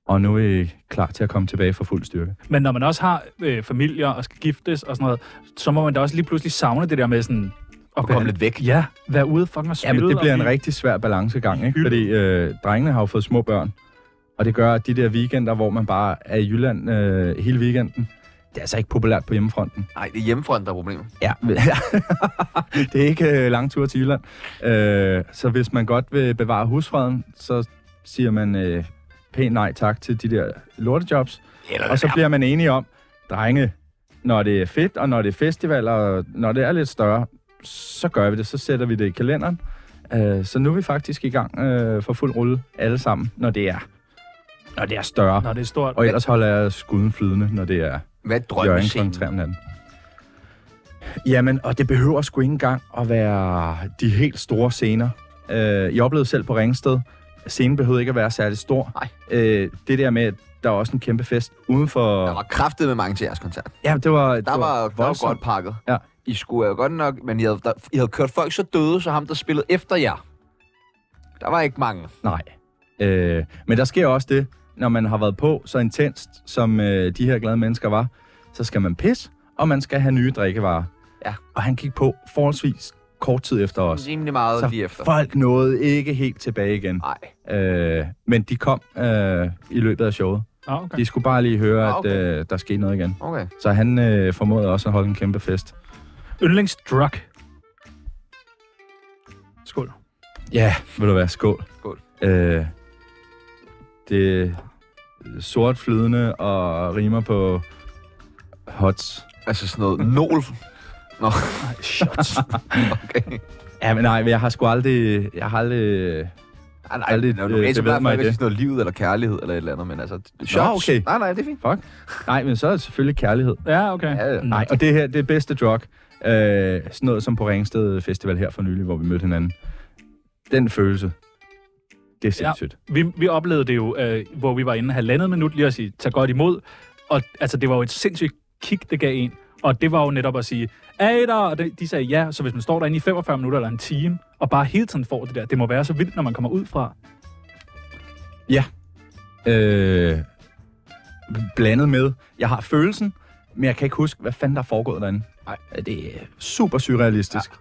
Og nu er vi klar til at komme tilbage for fuld styrke.
Men når man også har øh, familier og skal giftes og sådan noget, så må man da også lige pludselig savne det der med sådan... At
komme lidt væk.
Ja, være ude fucking og
Ja,
spille.
men det
og
bliver en
blive-
rigtig svær balancegang, ikke?
Hylde.
Fordi øh, drengene har jo fået små børn, og det gør, at de der weekender, hvor man bare er i Jylland øh, hele weekenden, det er altså ikke populært på hjemmefronten.
Nej, det er hjemmefronten, der er problemet.
Ja. <laughs> det er ikke øh, lang tur til Jylland. Øh, så hvis man godt vil bevare husfreden, så siger man øh, pænt nej tak til de der lortejobs,
Eller,
og så
ja,
bliver man enige om, drenge, når det er fedt, og når det er festivaler, og når det er lidt større, så gør vi det, så sætter vi det i kalenderen. Øh, så nu er vi faktisk i gang øh, for fuld rulle alle sammen, når det er, når det er større.
Nå, det er stort.
Og ellers holder jeg skuden flydende, når det er
Hvad drømmer
Jørgen kl. 3 om natten. Jamen, og det behøver sgu ikke engang at være de helt store scener. Øh, jeg oplevede selv på Ringsted, scenen behøvede ikke at være særlig stor.
Nej.
Øh, det der med, at der var også en kæmpe fest uden for...
Der var kraftet med mange til jeres koncert.
Ja, det var, det
Der var, der var
voldsomt.
godt pakket.
Ja.
I skulle jo godt nok, men I havde, der, I havde kørt folk så døde, så ham, der spillede efter jer. Der var ikke mange.
Nej. Øh, men der sker også det, når man har været på så intenst, som øh, de her glade mennesker var, så skal man pisse, og man skal have nye drikkevarer.
Ja.
Og han gik på forholdsvis kort tid efter os.
Rimelig meget lige
Så
efter.
folk nåede ikke helt tilbage igen.
Nej.
Øh, men de kom øh, i løbet af showet.
Nå, okay.
De skulle bare lige høre,
Ah, okay.
at øh, der skete noget igen.
Okay.
Så han øh, formåede også at holde en kæmpe fest.
Yndlingsdrug. Skål.
Ja, vil du være skål.
Skål.
Øh, det er sort flydende og rimer på hots.
Altså sådan noget nol. Nå,
Shots.
<laughs> okay.
Ja, men nej, men jeg har sgu aldrig... Jeg har aldrig...
Ej, nej,
Aldrig,
det er
øh,
normalt, så plejer
bevæget mig i
folk at sige
det.
sådan noget livet eller kærlighed eller et eller andet, men altså... Shots.
okay.
Nej, nej, det er fint.
Fuck. Nej, men så er det selvfølgelig kærlighed.
ja, okay.
Ja, ja.
Mm.
Nej, og det her, det er bedste drug. Øh, sådan noget som på Ringsted Festival her for nylig, hvor vi mødte hinanden. Den følelse. Det er sindssygt.
Vi, vi oplevede det jo, øh, hvor vi var inde halvandet minut lige at sige, tag godt imod. Og altså, det var jo et sindssygt kick, det gav en. Og det var jo netop at sige, er I der? Og de, de sagde ja, så hvis man står derinde i 45 minutter eller en time, og bare hele tiden får det der, det må være så vildt, når man kommer ud fra.
Øh, blandet med, jeg har følelsen, men jeg kan ikke huske, hvad fanden der er foregået derinde. Nej, det er super surrealistisk.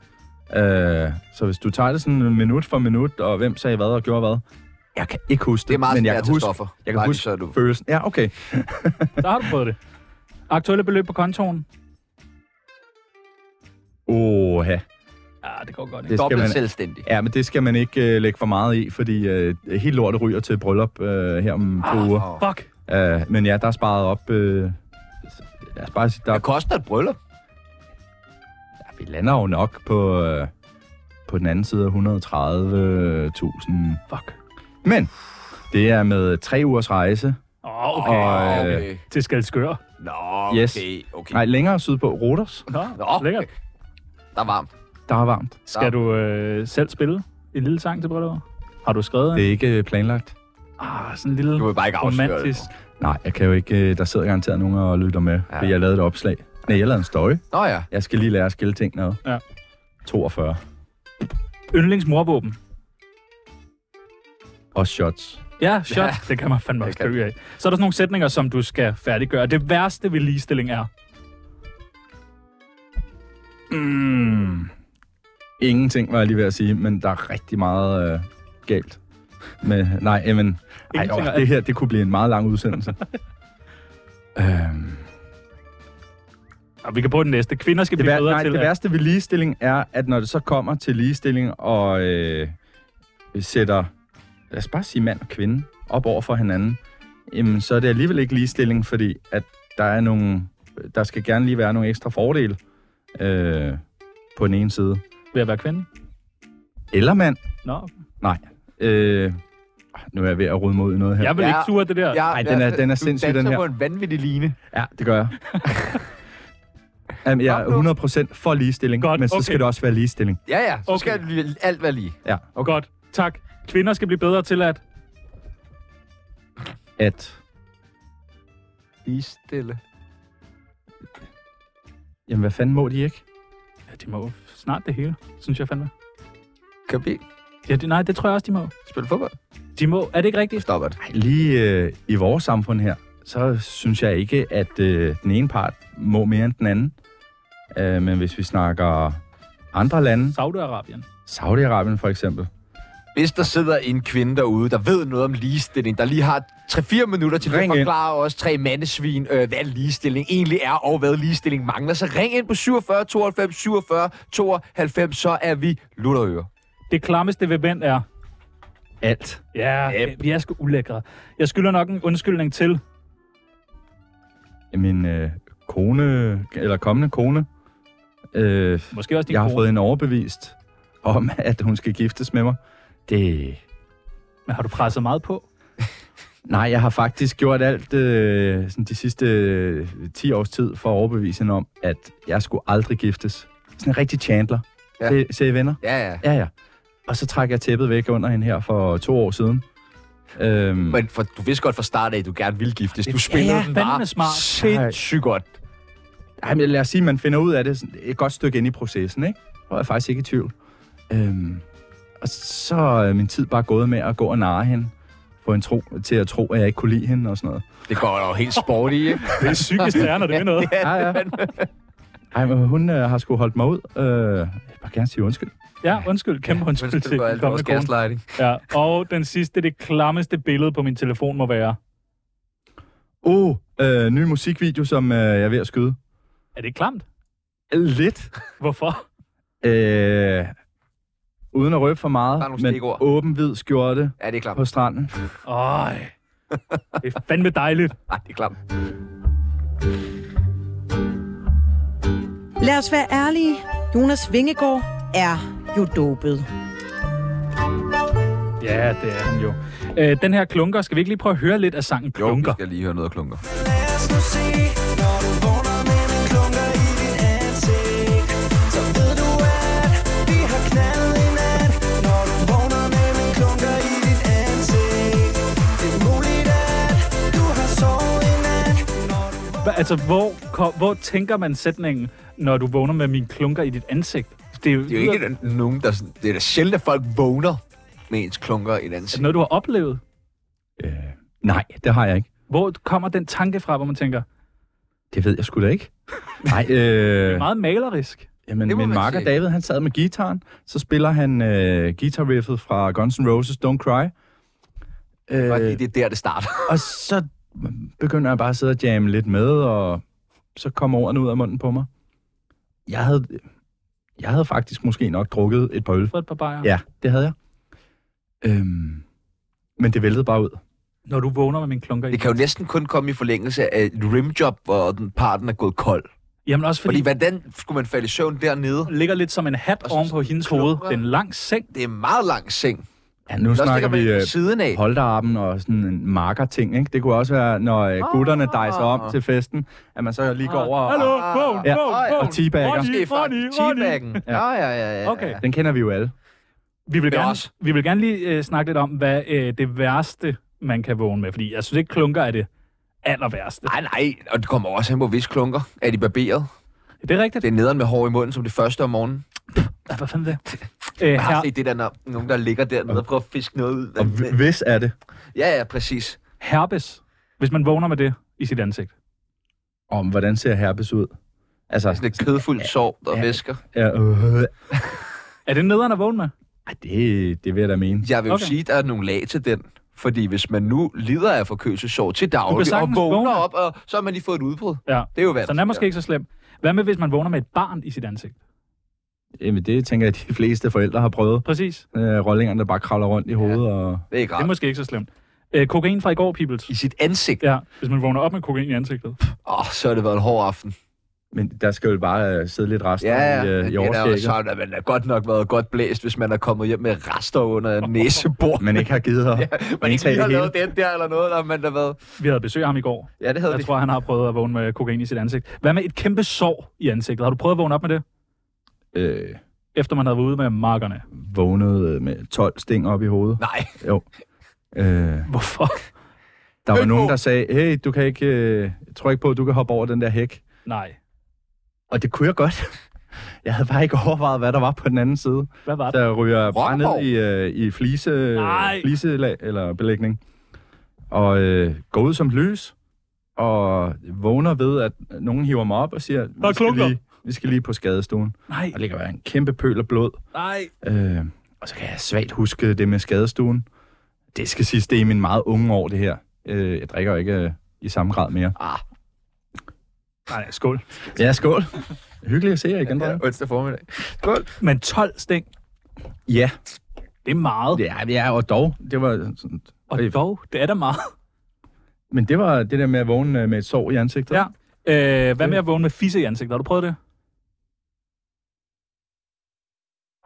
Ja. Øh, så hvis du tager det sådan minut for minut, og hvem sagde hvad og gjorde hvad, jeg kan ikke huske det,
Det er meget
men jeg
svært
kan
til
huske
stoffer.
jeg kan
Bare lige
huske-
så er du...
følelsen. Ja, okay.
Der har du prøvet det. Aktuelle beløb på kontoen?
Åh, ja.
Ja, det går godt. Ikke?
Det skal
Dobbelt
man,
selvstændig.
ja, men det skal man ikke øh, lægge for meget i, fordi øh, helt lortet ryger til bryllup øh, her om to uger.
Fuck.
Øh, men ja, der er sparet op... Øh, lad os bare sige, der,
Hvad koster et bryllup?
vi lander jo nok på, øh, på den anden side af 130.000. Fuck. Men det er med tre ugers rejse.
Åh,
Og,
okay.
øh,
Okay.
Til Skalskør.
Nå,
Yes.
okay, okay.
Nej, længere sydpå, Rodos.
Nå,
Nå,
lækkert.
Der er varmt.
Der er varmt.
Skal du øh, selv spille en lille sang til brylluppet? Har du skrevet
Det
en?
er ikke øh, planlagt.
Ah, sådan en lille
Du vil bare ikke afsløre
romantisk...
det.
Nej, jeg kan jo ikke... øh, Der sidder garanteret nogen og lytter med, ja. fordi jeg lavede et opslag. Nej, jeg lavede en story.
Nå ja.
Jeg skal lige lære at skille tingene ad.
Ja.
42.
Yndlingsmorvåben.
Og shots.
Ja, shot. Ja. Det kan man fandme også
kan
dø af. Så er der sådan nogle sætninger, som du skal færdiggøre. Det værste ved ligestilling er...
Mm. Ingenting, var jeg lige ved at sige, men der er rigtig meget øh, galt. Med, nej, men ej, åh,
Ingenting er-
det her det kunne blive en meget lang udsendelse.
<laughs>
øhm,
Og vi kan på den næste. Kvinder skal
det,
blive
vær,
bedre
nej,
til...
det
at-
værste ved ligestilling er, at når det så kommer til ligestilling og øh, sætter, lad os bare sige mand og kvinde, op over for hinanden, jamen, så er det alligevel ikke ligestilling, fordi at der er nogle, der skal gerne lige være nogle ekstra fordele øh, på den ene side.
Ved at være kvinde.
Eller mand.
Nå,
Nej. Øh, nu er jeg ved at rode mod i noget her.
jeg vil
Ja.
ikke sure det der.
ja
Ej, den er- den er
du
sindssyg, den
danser
her.
på en vanvittig line.
Ja, det gør jeg. Jamen, jeg
Kom nu.
er 100% for ligestilling,
Godt,
Godt, men så
okay.
okay. skal det også være ligestilling.
Ja, ja. Så
Okay.
okay. skal det alt være lige.
Ja.
Okay. Godt. Tak. Kvinder skal blive bedre til at...
At,
Lige stille.
jamen, hvad fanden må de ikke?
Ja, de må jo snart det hele, synes jeg fandme.
Kan vi
Ja, det, nej, det tror jeg også, de må.
spille fodbold?
De må... Er det ikke rigtigt?
Stop det.
Ej, lige øh, i vores samfund her, så synes jeg ikke, at øh, den ene part må mere end den anden. Øh, men hvis vi snakker andre lande,
Saudi-Arabien.
Saudi-Arabien for eksempel,
Hvis der sidder en kvinde derude, der ved noget om ligestilling, der lige har 3-4 minutter til
Ring
at
ind.
forklare os tre mandesvin, øh, hvad ligestilling egentlig er, og hvad ligestilling mangler, så ring ind på 47 92 47 92, så er vi lutterører.
Det klammeste ved mænd er...
alt.
Ja,
Yep.
vi er sgu ulækre. Jeg skylder nok en undskyldning til...
Min øh, kone, eller kommende kone, øh,
Måske også din
jeg har
kone.
fået en overbevist om, at hun skal giftes med mig. Det...
Men har du presset meget på?
Nej, jeg har faktisk gjort alt øh, sådan de sidste øh, 10 års tid for at overbevise hende om, at jeg skulle aldrig giftes. Sådan en rigtig Chandler.
Ja.
Ja. Se, se venner?
Ja, ja.
Ja, ja. Og så trak jeg tæppet væk under hende her for to år siden. Øhm,
Men for, du vidste godt fra start af, at du gerne ville giftes. Du
Ja,
spillede
ja.
den
Fandme
bare
smart.
sindssygt godt.
Ej, men lad os sige, at man finder ud af det sådan et godt stykke ind i processen, ikke? Og jeg er faktisk ikke i tvivl. Øhm, og så er min tid bare gået med at gå og narre hende. Få en tro til at tro, at jeg ikke kunne lide hende og sådan noget.
Det går jo helt sporty, ikke?
<laughs> Det er psykisk det er, når det er noget.
Ja, ja. Ej, men hun øh, har sgu holdt mig ud. Øh, jeg vil bare gerne sige undskyld.
Ja, undskyld. Kæmpe undskyld til
Det går
den
alt vores
kommende kone.
gaslighting.
Ja, og den sidste, det klammeste billede på min telefon må være...
Åh, oh, øh, ny musikvideo, som øh, jeg er ved at skyde.
Er det klamt?
Lidt.
Hvorfor?
Øh, uden at røbe for
Der er
meget,
nogle
men
stikord.
åben hvid skjorte
Ja, det er klamt.
på stranden.
Øj. Det er fandme dejligt.
Nej, det er klamt.
Lad os være ærlige. Jonas Vingegaard er jo dopet.
Ja, det er han jo. Øh, den her klunker, skal vi ikke lige prøve at høre lidt af sangen
Jo, vi
Klunker?
skal lige høre noget af klunker.
Lad os nu se, når du vågner med en klunker i dit ansigt Så ved du, at vi har knaldet i nat Når du vågner med en klunker i dit ansigt Det er muligt, at du har sovet i nat Når du vågner
Hva- Altså, hvor, kom, hvor tænker man sætningen, når du vågner med mine klunker i dit ansigt? Det er jo,
Det er jo ikke den- nogen, der... sådan- Det er da sjældent, at folk vågner med ens klunker i et
Er det
ansigt.
noget, du har oplevet?
Øh, nej, det har jeg ikke.
Hvor kommer den tanke fra, hvor man tænker,
Det ved jeg sgu da
<laughs>
ikke. Nej, øh,
meget malerisk?
jamen,
det må
min
man
marker
sige.
David, han sad med gitaren, så spiller han øh, guitar riffet fra Guns N' Roses' Don't Cry.
Godt
Øh,
lige, Det er der, det starter.
og så begynder jeg bare at sidde og jamme lidt med, og så kommer ordene ud af munden på mig. Jeg havde, jeg havde faktisk måske nok drukket et par øl.
For et par bajer?
Ja, det havde jeg. Øhm, men det væltede bare ud.
Når du vågner med mine klunker i
Det kan jo næsten kun komme i forlængelse af et rimjob, hvor den parten er gået kold.
Jamen også fordi,
Fordi
fordi
hvordan skulle man falde i søvn dernede?
hvad... ligger lidt som en hat
Og så
oven på
sådan
hendes
klunker.
hoved. Det er en lang seng.
Det er en meget lang seng.
Ja, nu
Der
snakker
stikker man
vi
ikke
øh,
på siden af.
polterarben og sådan en markerting, ikke? Det kunne også være, når øh, gutterne dejser om
Ah.
til festen, at man så lige går over og...
Hallo,
Ah.
vågn,
Ja,
vågn,
og
vågn.
teabagger.
Ronny,
Måske
Ronny,
faktisk
Ronny.
teabaggen. Ja, ja, ja. ja.
Okay.
Den kender vi jo alle.
Vi vil,
Det er
gerne,
også-
vi vil gerne lige øh, snakke lidt om, hvad øh, det værste, man kan vågne med. Fordi jeg synes ikke, klunker er det aller værste.
Nej, nej. Og det kommer også hen på vis klunker. Er de barberet?
Det er rigtigt.
Det er nederen med hår i munden som det første om morgenen.
Ah, Hvad fanden er det? Æ,
<laughs> Jeg har
her,
set det der, når nogen der ligger dernede og prøver at fiske noget ud.
Og hv- hvis er det?
Ja, ja, præcis.
herpes, hvis man vågner med det i sit ansigt.
Om, hvordan ser herpes ud? Altså,
Sådan et kødfuldt sår, der
Ja.
væsker.
ja, øh,
Er det nederen at vågne med?
ej, det, det vil jeg da mene.
Jeg vil jo
Okay.
sige, der er nogle lag til den. Fordi hvis man nu lider af forkølelsesår til daglig, og
sagtens
vågner
vågne.
op, og så har man lige fået et udbrud.
Ja.
Det er jo værd.
Så den er måske ikke så slem. Hvad med, hvis man vågner med et barn i sit ansigt?
Jamen, det tænker jeg, de fleste forældre har prøvet.
Præcis.
Øh, rollingerne, der bare kravler rundt i hovedet. Og...
Det er ikke
Det er
rart.
måske ikke så slemt. Æ, kokain fra i går, Peoples.
I sit ansigt.
Ja, hvis man vågner op med kokain i ansigtet.
Åh, oh, så har det været en hård aften.
Men der skal jo bare øh, sidde lidt rester
Ja,
i,
ja.
øh,
men det
i
er jo
overskægget.
sådan, at man har godt nok været godt blæst, hvis man er kommet hjem med rester
<laughs>
under næsebord.
Man ikke har givet
<laughs>
at
man ikke
indtage
lige har
det hele.
lavet den der eller noget, der man har været...
Vi havde besøg af ham i går.
Ja, det havde
Jeg
vi.
tror, han har prøvet at vågne med kokain i sit ansigt. Hvad med et kæmpe sår i ansigtet? Har du prøvet at vågne op med det?
Øh,
Efter man havde været ude med markerne.
vågnet øh, med 12 sting op i hovedet.
<laughs>
Nej,
Jo. Øh,
Hvorfor?
Der var
Høj
nogen,
på.
der sagde, hey, du kan ikke, øh, jeg tror ikke på, at du kan hoppe over den der hæk.
Nej.
Og det kunne jeg godt. <laughs> Jeg havde bare ikke overvejet, hvad der var på den anden side.
Hvad var det?
Så jeg ryger bare
Rockerborg?
ned i, øh, i flise,
Nej.
fliselag eller belægning. Og øh, går ud som lys. Og vågner ved, at nogen hiver mig op og siger,
Der er
vi skal,
klunker."
lige, vi skal lige på skadestuen.
Nej.
Og der ligger bare en kæmpe pøl af blod.
Nej.
Øh, og så kan jeg svagt huske det med skadestuen. Det skal siges, det er i mine meget unge år, det her. Øh, jeg drikker jo ikke øh, i samme grad mere.
Nej, skål.
Ja, skål. Hyggeligt at se jer igen,
ja,
drenge.
onsdag formiddag.
Men 12 sting,
Ja,
det er meget.
ja, ja, og dog. Det var sådan,
Og dog, det er da
<laughs>
meget.
men det var det der med at vågne øh, med et sår i ansigtet.
Ja. Øh, hvad med at vågne med fisse i ansigtet? Har du prøvet det?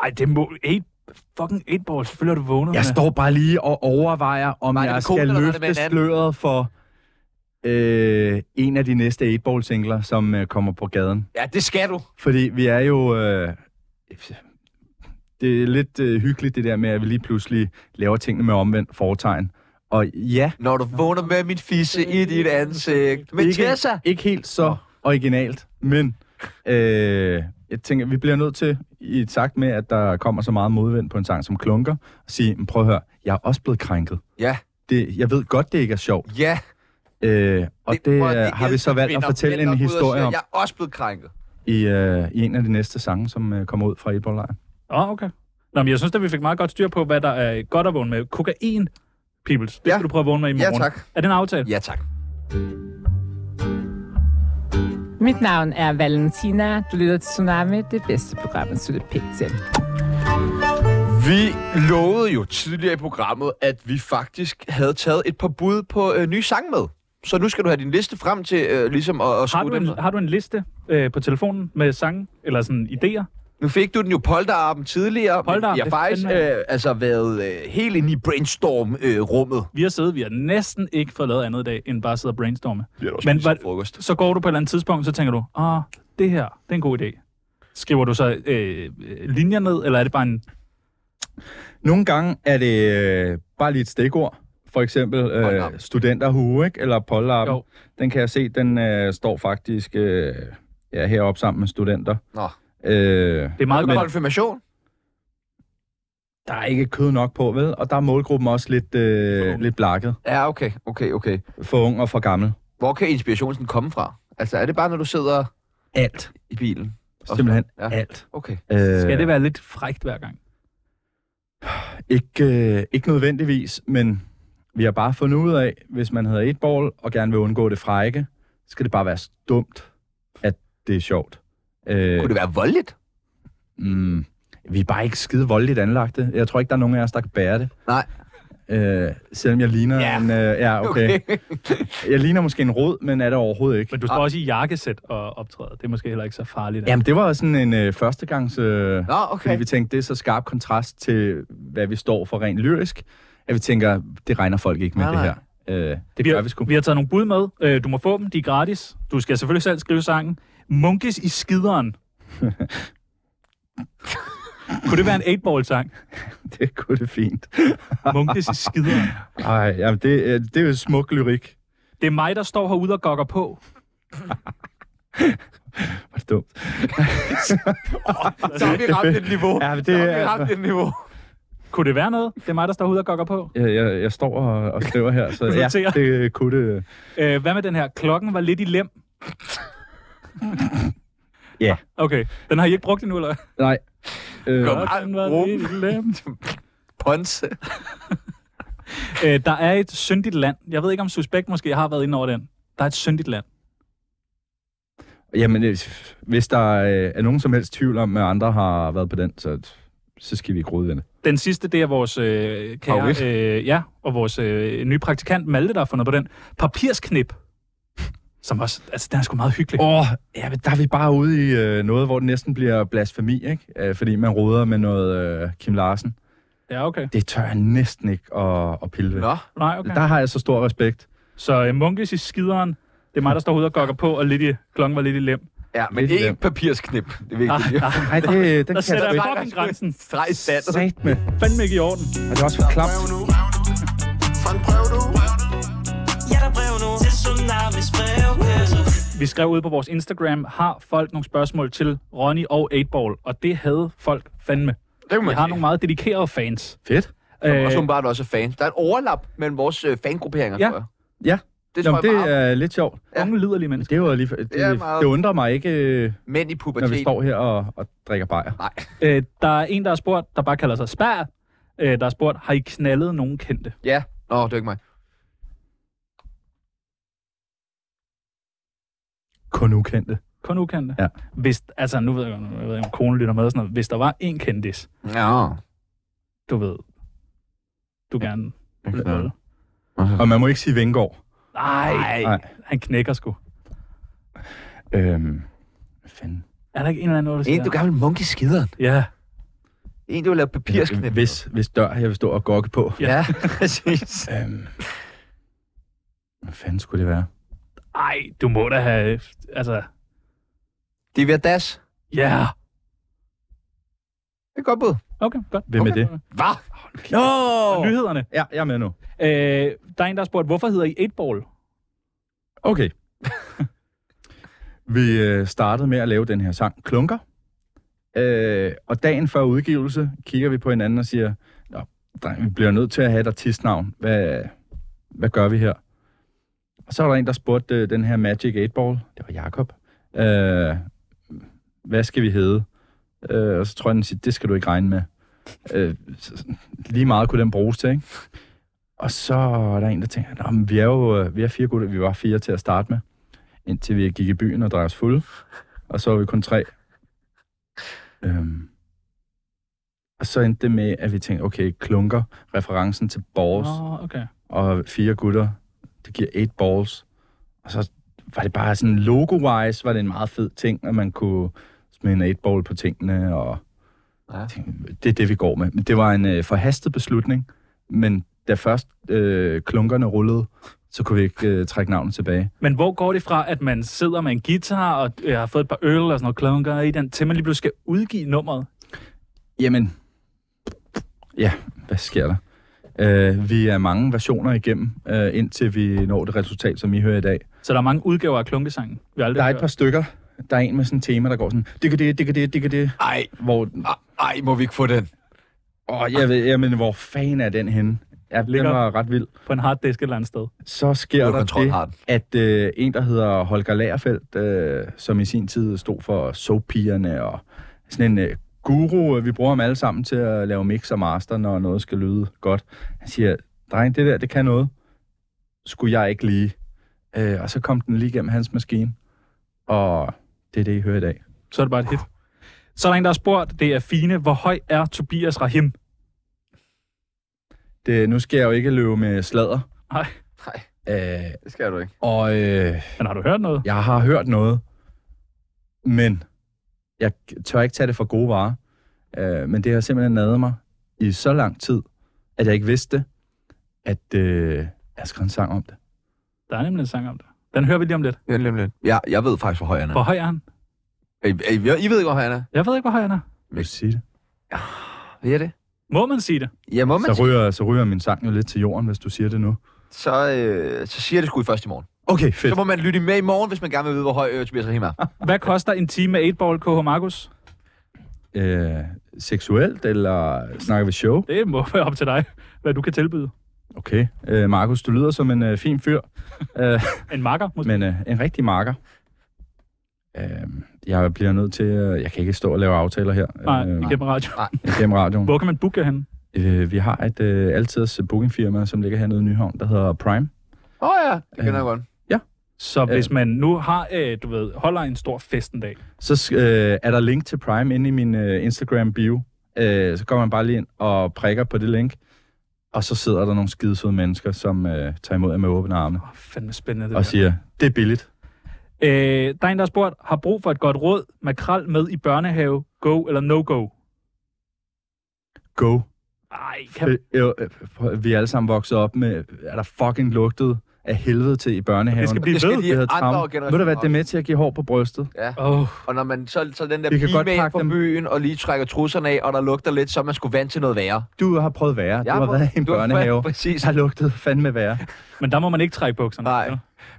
Ej, det må... Eight, fucking 8 ball. Selvfølgelig har du vågnet
Jeg
med.
står bare lige og overvejer, om
Var
var
det
jeg
med cola,
skal
eller var det med
løfte
en anden?
sløret for øh, en af de næste 8-ball-singler, som øh, kommer på gaden.
Ja, det skal du.
Fordi vi er jo... Øh, det er lidt øh, hyggeligt, det der med, at vi lige pludselig laver tingene med omvendt foretegn. Og ja,
Når du vågner med min fisse i dit ansigt. Men
ikke,
Tessa!
ikke helt så originalt, men øh, jeg tænker, vi bliver nødt til, i takt med, at der kommer så meget modvind på en sang som Klunker, at sige, "Men prøv at høre, jeg er også blevet krænket.
Ja,
Det, jeg ved godt, det ikke er sjovt,
ja.
øh, og det, det,
prøv at-
det har vi så valgt at
Vinder-
fortælle
vinder
en
ud og
historie
siger,
om
Jeg er også blevet krænket.
i, øh, i en af de næste sange, som øh, kommer ud fra Edborg
Åh, oh, okay. Nå, men jeg synes, at vi fik meget godt styr på, hvad der er godt at vågne med. Kokain, peoples. Det
Ja.
skal du prøve at vågne med i
Ja,
morgen.
tak.
Er det en aftale?
Ja, tak.
Mit navn er Valentina. Du lytter til Tsunami, det bedste program, at slutte pænt til.
Vi lovede jo tidligere i programmet, at vi faktisk havde taget et par bud på øh, nye sange med. Så nu skal du have din liste frem til øh, ligesom at, at
Har
skrue
du,
dem.
en, har du en liste øh, på telefonen med sange eller sådan idéer?
Nu fik du den jo polterarben tidligere,
Polterarben,
men jeg
det
har
er
faktisk
fandme-
øh, altså været øh, helt inde i øh, brainstorm-rummet.
Vi har siddet, vi har næsten ikke fået lavet andet i dag, end bare sidde og brainstorme. Men
Men var...
hvad-
frokost.
Så går du på et eller andet tidspunkt, så tænker du, ah, det her, det er en god idé. Skriver du så øh, øh, linjer ned, eller er det bare en...
Nogle gange er det øh, bare lige et stikord For eksempel øh, studenterhue, ikke? Eller pollarpen.
Jo.
Den kan jeg se, den øh, står faktisk øh, ja, heroppe sammen med studenter.
Nå.
Øh, det
er meget godt.
Konfirmation?
Der er ikke kød nok på, vel? Og der er målgruppen også lidt, øh, lidt blakket.
Ja, okay, okay, okay.
For ung og for gammel.
Hvor kan inspirationen komme fra? Altså, er det bare, når du sidder
Alt.
i bilen? Og-
Simpelthen
Ja.
alt.
Okay.
Øh,
Skal det være lidt frægt hver gang?
Ikke, øh, ikke nødvendigvis, men vi har bare fundet ud af, hvis man hedder et bål og gerne vil undgå det frække, så skal det bare være dumt, at det er sjovt. Øh,
Kunne det være voldeligt?
Mm, vi er bare ikke skide voldeligt anlagte. Jeg tror ikke, der er nogen af os, der kan bære det.
Nej.
Øh, selvom jeg ligner
Ja.
en... Øh, ja,
<laughs>
okay. okay. jeg ligner måske en rod, men er det overhovedet ikke.
Men du står også i jakkesæt og optræder. Det er måske heller ikke så farligt.
Jamen, det var sådan en øh, førstegangs... Øh,
Nå, okay.
Fordi vi tænkte, det er så skarp kontrast til, hvad vi står for rent lyrisk, at vi tænker, det regner folk ikke med
Nej,
det
nej.
her. Øh, det
Vi
gør
har,
vi sgu.
vi har taget nogle bud med. Øh, Du må få dem, de er gratis. Du skal selvfølgelig selv skrive sangen. Munkes i
<laughs>
skideren. Kunne det være en 8-ball-sang?
Det kunne det fint.
Munkes i skideren.
<laughs> Ej, jamen, det, øh, det er jo smuk lyrik.
Det er mig, der står herude og gokker på.
Var det dumt?
Så har vi ramt et niveau.
Ja, men
Så
det
har vi
er- altså-
ramt et niveau.
Kunne det være noget? Det er mig, der står herude og gokker på.
Jeg, jeg, jeg står og, og skriver her, så
Du
ja,
noterer.
det øh, kunne det.
Øh, Hvad med den her? Klokken var lidt i lem.
<laughs> Ja.
Okay, den har I ikke brugt endnu, eller?
Nej. Øh,
Kom.
Klokken var
Rum.
lidt i lem.
Ponce.
Øh, Der er et syndigt land. Jeg ved ikke, om Suspekt måske har været inde over den. Der er et syndigt land.
jamen, øh, hvis der øh, er nogen som helst tvivl om, at andre har været på den, så, så skal vi ikke rode ved det.
Den sidste, det er vores øh, kære,
Favorit.
øh, ja, og vores øh, nye praktikant Malte, der har fundet på den. Papirsknip. Som også, altså den er sgu meget hyggelig.
Åh, ja, men der er vi bare ude i øh, noget, hvor det næsten bliver blasfemi, ikke? Øh, fordi man roder med noget øh, Kim Larsen.
Ja, okay.
Det tør jeg næsten ikke at, at pille ved.
Nå,
Nej, okay.
Der har jeg så stor respekt.
Så øh, Munkes i skideren. Det er mig, der står ude og gokker på, og lidt i, klokken var lidt i lem.
ja, men
Lidt
ikke
nemt.
papirsknip. Det er vigtigt. <laughs>
Nej, det, den
Der
kan
sætter
jeg
jeg
sgu
fucking grænsen.
Streg i sandet.
ikke med.
Fandme ikke i orden.
Og det er også for klamt.
Frank, prøv du.
Ja, der er brev nu til Tsunamis brevkasse.
Vi skrev ud på vores Instagram, har folk nogle spørgsmål til Ronny og 8-Ball? Og det havde folk fandme.
Det kan
Vi
man
har
sige.
nogle meget dedikerede fans.
Fedt.
Øh... Og
Øh,
som bare også er fans. Der er et overlap mellem vores øh, fangrupperinger,
Ja.
tror jeg.
Ja.
Det tror
Jamen,
Jamen, jeg
det
bare. Er...
er lidt sjovt.
Ja.
Øh, unge liderlige mennesker.
Det, var lige, det,
Det er meget-
det undrer mig ikke, øh,
Mænd i
når
puberteten.
vi står her og, og drikker bajer.
Nej.
Øh, der er en, der har spurgt, der bare kalder sig Spær. Øh, der har spurgt, har I knaldet nogen kendte?
Ja. Nå, det er ikke mig.
Kun ukendte.
Kun ukendte?
Ja.
Hvis, altså, nu ved jeg, nu ved jeg ikke, om konen lytter med og sådan noget. Hvis der var en kendis,
Ja.
du ved, du gerne ville
knalde.
holde.
Og man må ikke sige Vingård.
Nej,
Nej.
han knækker sgu.
Øhm, hvad fanden?
Er der ikke en eller anden, der siger?
En, du gerne vil munke i skideren.
Ja,
En, du vil lave papirsknip.
Hvis, hvis dør, jeg vil stå og gokke på.
Ja, <laughs> præcis.
Øhm, hvad fanden skulle det være?
ej, du må da have, altså,
Det er ved at dash.
ja. Yeah.
Det er godt bud.
Okay, godt.
Hvem er
okay.
det?
Hvad?
Nå!
Og nyhederne.
Ja, jeg er med nu.
Øh, der er en, der har spurgt, hvorfor hedder I 8-ball?
Okay. vi øh, startede med at lave den her sang, Klunker. Øh, og dagen før udgivelse kigger vi på hinanden og siger, Nå, dreng, vi bliver nødt til at have et artistnavn. Hvad, hvad gør vi her? Og så var der en, der spurgte øh, den her Magic 8-ball. Det var Jakob. Øh, hvad skal vi hedde? Øh, og så tror jeg, den siger, det skal du ikke regne med. Øh, så, sådan, lige meget kunne den bruges til, ikke? Og så er der en, der tænker, Nå, men vi er jo øh, vi er fire gutter, vi var fire til at starte med, indtil vi gik i byen og drejede os fulde, og så var vi kun tre. Øhm. Og så endte det med, at vi tænkte, okay, klunker, referencen til balls,
Nå, okay.
og fire gutter, det giver eight balls. Og så var det bare sådan, logo-wise var det en meget fed ting, at man kunne smide en eight ball på tingene, og
Ja.
tænkte, det er det, vi går med. Men det var en øh, forhastet beslutning, men da først øh, klunkerne rullede, så kunne vi ikke øh, trække navnet tilbage.
Men hvor går det fra, at man sidder med en guitar og øh, har fået et par øl og sådan noget klunker i den, til man lige pludselig skal udgive nummeret?
Jamen, ja, hvad sker der? Øh, vi er mange versioner igennem, øh, indtil vi når det resultat, som I hører i dag.
Så der er mange udgaver af klunkesangen, vi aldrig
Der er
har
et par stykker. Der er en med sådan et tema, der går sådan, det kan det, det kan det, det kan det.
Ej,
hvor...
Ej, må vi ikke få den?
Åh, jeg ved, jamen, hvor fanden er den henne? Ja, den
Ah. Ligger
var ret vild.
på en harddisk et eller andet sted.
Så sker
Hvor
der
kontrol
det,
har den?
at øh, en, der hedder Holger Lagerfeldt, øh, som i sin tid stod for soapigerne og sådan en øh, guru, øh, vi bruger ham alle sammen til at lave mix og master, når noget skal lyde godt. Han siger, dreng, det der, det kan noget. Skulle jeg ikke lige? Øh, og så kom den lige gennem hans maskine, og det er det, I hører i dag.
Så er det bare et hit. Så er der en, der har spurgt, det er fine, hvor høj er Tobias Rahim?
Det, nu skal jeg jo ikke løbe med sladder.
Nej.
Øh,
Det skal du ikke.
og, øh,
Men har du hørt noget?
Jeg har hørt noget, men jeg tør ikke tage det for gode varer. Øh, men det har simpelthen nadet mig i så lang tid, at jeg ikke vidste, at øh, jeg skrev en sang om det.
Der er nemlig en sang om det. Den hører vi lige om lidt.
Ja, lige om lidt. Ja, jeg ved faktisk, hvor høj han er.
Hvor høj er han?
I, I, I ved ikke, hvor høj han er.
Jeg ved ikke, hvor høj han er.
Vil du sige det?
Ved jeg det?
Må man sige det?
Ja, må man
Så ryger, så ryger min sang jo lidt til jorden, hvis du siger det nu.
så, øh, så siger jeg det sgu i først i morgen.
Okay,
Så
fedt.
må man lytte med i morgen, hvis man gerne vil vide, hvor høj øh, Tobias Rahim er.
Hvad koster en time med 8-ball KH Markus?
Øh, seksuelt, eller snakker vi show?
Det må være op til dig, hvad du kan tilbyde.
Okay. Øh, Markus, du lyder som en øh, fin fyr. Øh,
En makker, måske?
Men øh, en rigtig marker. Øh, jeg bliver nødt til... Øh, jeg kan ikke stå og lave aftaler her.
Nej,
øh,
igennem radio.
igennem radioen.
Hvor kan man booke henne?
Øh, vi har et øh, altids bookingfirma, som ligger hernede i Nyhavn, der hedder Prime.
Åh oh, ja, det kender jeg godt.
Så hvis man nu har, øh, du ved, holder en stor fest en dag.
Så sk- øh, er der link til Prime inde i min øh, Instagram-bio. Øh, så går man bare lige ind og prikker på det link. Og så sidder der nogle skidesøde mennesker, som øh, tager imod jer med åbne arme
Åh, fandme spændende det
og siger, det er billigt.
der. Øh, der er en, der har spurgt, har brug for et godt råd, makrel med i børnehave, go eller no-go?
Go.
Ej, kan...
Øh, øh, øh, vi er alle sammen vokset op med, er der fucking lugtet af helvede til i børnehaven.
Det skal blive
Det skal
ved.
de
Det hedder
andre
traume.
generationer
Ved du hvad, det er
også.
med til at give hår på brystet.
Ja.
Åh, oh,
Og når man så, så den der
Vi kan godt
pige med
pakke
fra
dem.
byen og lige trækker trusserne af, og der lugter lidt, så er man skulle vant til noget værre.
Du har prøvet værre.
Jeg
du har
må-
været i en
du har- <laughs>
børnehave.
præcis.
Der lugtede fandme værre.
men der må man ikke trække bukserne.
Nej.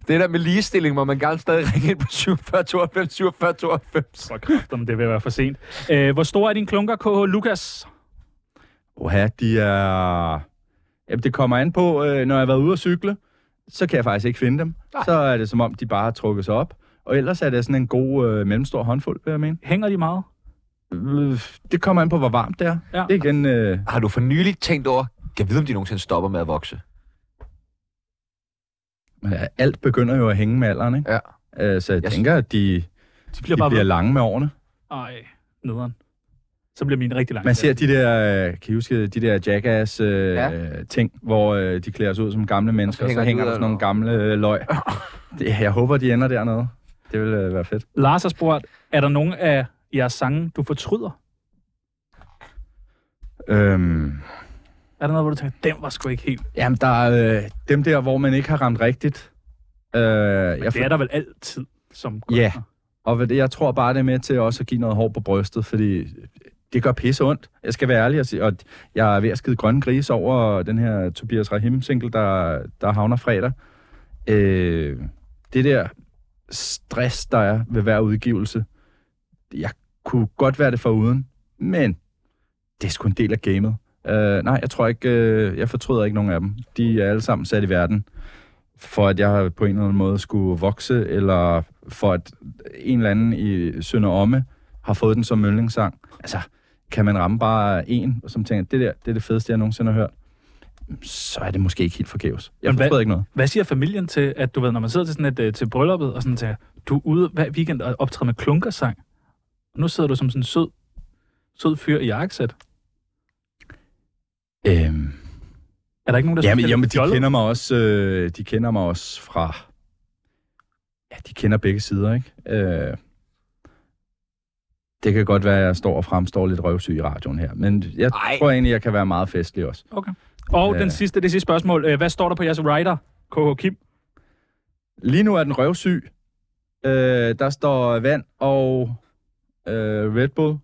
Det der med ligestilling, hvor man gerne stadig ringe ind på 47 92 47 92.
For kræft, om det vil være for sent. Øh, hvor stor er din klunker, KH Lukas?
Oha, de er... Jamen, det kommer an på, øh, når jeg har været ude at cykle, så kan jeg faktisk ikke finde dem. Nej. Så er det som om, de bare har trukket sig op. Og ellers er det sådan en god øh, mellemstor håndfuld, vil jeg mene.
Hænger de meget?
Øh, Det kommer an på, hvor varmt det er.
Ja.
Det er igen... Øh,
Har du for nylig tænkt over, kan jeg vide, om de nogensinde stopper med at vokse?
men, øh, alt begynder jo at hænge med alderen, ikke?
Ja.
Øh, så jeg
Jeg-
tænker, at de,
De
de
bliver bare
bliver
ved.
lange med årene.
Ej, nederen. Så bliver min rigtig lang.
Man ser de der, øh, kan I huske, de der jackass-ting, øh,
Ja.
ja. ting, hvor øh, de klæder sig ud som gamle mennesker, og så hænger,
hænger
og
de
så hænger
ud
der
af
sådan nogle gamle øh, løg. Det, jeg håber, de ender dernede. Det ville øh, være fedt.
Lars har spurgt, er der nogen af jeres sange, du fortryder?
Øhm,
Er der noget, hvor du tænker, den var sgu ikke helt?
jamen, der er øh, dem der, hvor man ikke har ramt rigtigt. Øh,
Men
jeg,
det er der vel altid som
Ja.
kunstner.
og ved det, jeg tror bare, det er med til også at give noget hår på brystet, fordi det gør pisse ondt. Jeg skal være ærlig og sige, og jeg er ved at skide grønne gris over den her Tobias Rahim-single, der, der havner fredag. Øh, det der stress, der er ved hver udgivelse, jeg kunne godt være det foruden, men det er sgu en del af gamet. Øh, nej, jeg tror ikke, øh, jeg fortryder ikke nogen af dem. De er alle sammen sat i verden, for at jeg på en eller anden måde skulle vokse, eller for at en eller anden i Sønder Omme har fået den som yndlingssang. Altså, kan man ramme bare en, som tænker, det der, det er det fedeste, jeg nogensinde har hørt, så er det måske ikke helt forgæves. Jeg
Men hvad-
fortryder ikke noget.
Hvad siger familien til, at du ved, når man sidder til sådan et, øh, til brylluppet, og sådan tænker, du er ude hver weekend og optræder med klunkersang. Nu sidder du som sådan en sød, sød fyr i jakkesæt.
Øhm,
Er der ikke nogen, der
Jamen,
det er
jamen
lidt
de,
fjollet?
kender mig også, øh, de kender mig også fra... Ja, de kender begge sider, ikke? Øh, det kan godt være, at jeg står og fremstår lidt røvsyg i radioen her, men jeg
Ej.
Ej. tror egentlig, jeg kan være meget festlig også.
Og
Ja.
den sidste, det sidste spørgsmål. Øh, Hvad står der på jeres rider, KH Kim?
Lige nu er den røvsyg. Øh, der står vand og øh, Red Bull,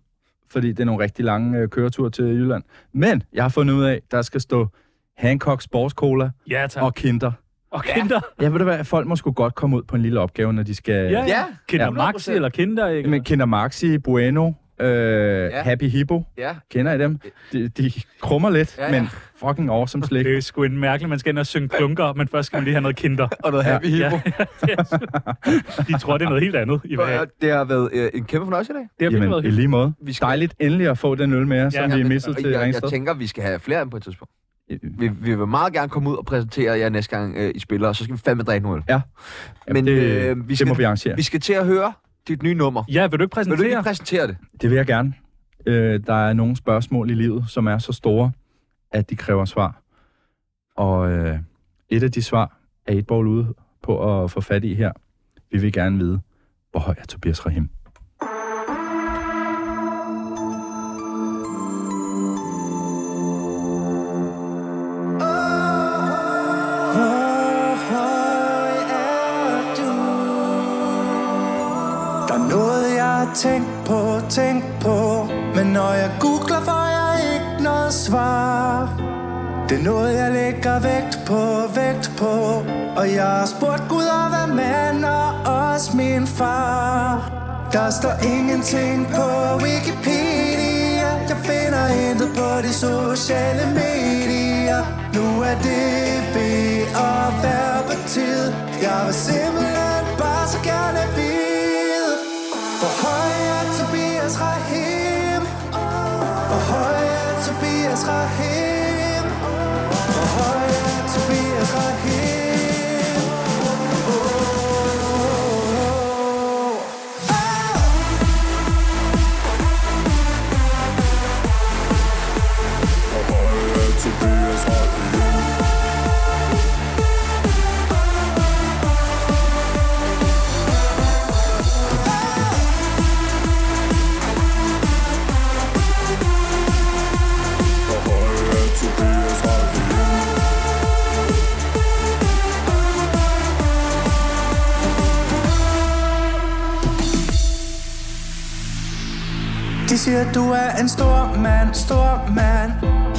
fordi det er nogle rigtig lange øh, køreture til Jylland. Men jeg har fundet ud af, der skal stå Hancock Sports Cola
ja, tak.
og Kinder.
Og Kinder.
Ja, ved du hvad, folk må sgu godt komme ud på en lille opgave, når de skal...
Ja, ja. Kinder Maxi eller Kinder, ikke?
Men Kinder Maxi, Bueno, øh, ja. Happy Hippo.
Ja.
Kender I dem? De, de krummer lidt,
Ja,
ja,
ja.
ja. men fucking awesome slik.
Det er sgu en mærkelig, man skal ind og synge klunker, men først skal man lige have noget
<laughs>
kinder.
og noget Happy Hippo.
<laughs> De tror, det er noget helt andet. I vil have.
Det har været øh, en kæmpe fornøjelse i dag.
Det har virkelig været
Jamen, i
hyggeligt.
lige måde. Vi skal... Dejligt endelig at få den øl med jer, ja, som vi missede
Og
til
jeg, jeg
Ringsted.
tænker, vi skal have flere ind på et tidspunkt. Vi, vi vil meget gerne komme ud og præsentere jer næste gang, øh, I spiller, og så skal vi fandme drikke noget.
Ja.
Men
det-
øh, vi,
det
skal,
må vi arrangere.
Vi skal til at høre dit nye nummer.
Ja, vil du ikke
Vil du
præsentere?
ikke præsentere det?
Det vil jeg gerne. Øh, der er nogle spørgsmål i livet, som er så store, at de kræver svar. Og øh, et af de svar er et bold ude på at få fat i her. Vi vil gerne vide, hvor høj er Tobias Rahim?
Hvor høj er du? Der er noget, jeg har tænkt på, tænkt på Men når jeg googler, får jeg ikke noget svar Det er noget, jeg lægger vægt på, vægt på Og jeg har spurgt Gud og hvad mand og også min far Der står ingenting på Wikipedia Jeg finder intet på de sociale medier Nu er det ved at være på tid Jeg vil simpelthen bare så gerne vide Hvor høj er Tobias Rahim? Hvor høj er Tobias Rahim? Hvor høj er Tobias Rahim? Oh, oh, oh. De siger, du er en stor mand, stor mand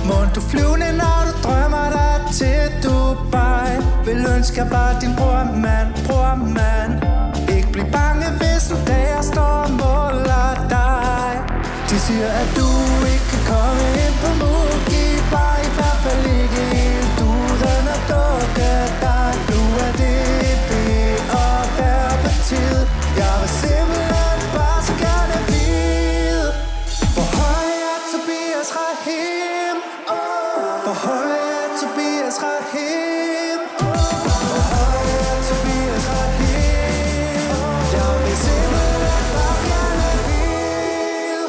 Må du flyvende, når du drømmer dig til Dubai Vil ønske, jeg var din bror, mand, bror, mand Ikke bliv bange, hvis en dag jeg står og måler dig De siger, at du ikke kan komme ind på Mugi Bare i hvert fald ikke helt uden at dukke dig Nu er det ved at være på tid Jeg vil simpelthen bare så gerne vide Hvor høj er Tobias Rahim? Oh. Hvor høj er Tobias Rahim? Oh. Hvor høj er Tobias Rahim? Jeg vil simpelthen bare gerne vide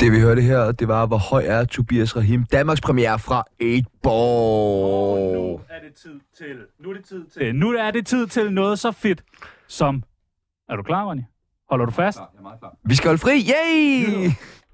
Det vi hørte her, det var, hvor høj er Tobias Rahim, Danmarks premiere fra 8 Ball.
Er det tid til? Nu er det tid til. Øh, Nu er det tid til noget så fedt som... Er du klar, Ronny? Holder du fast?
Vi skal holde fri, yay!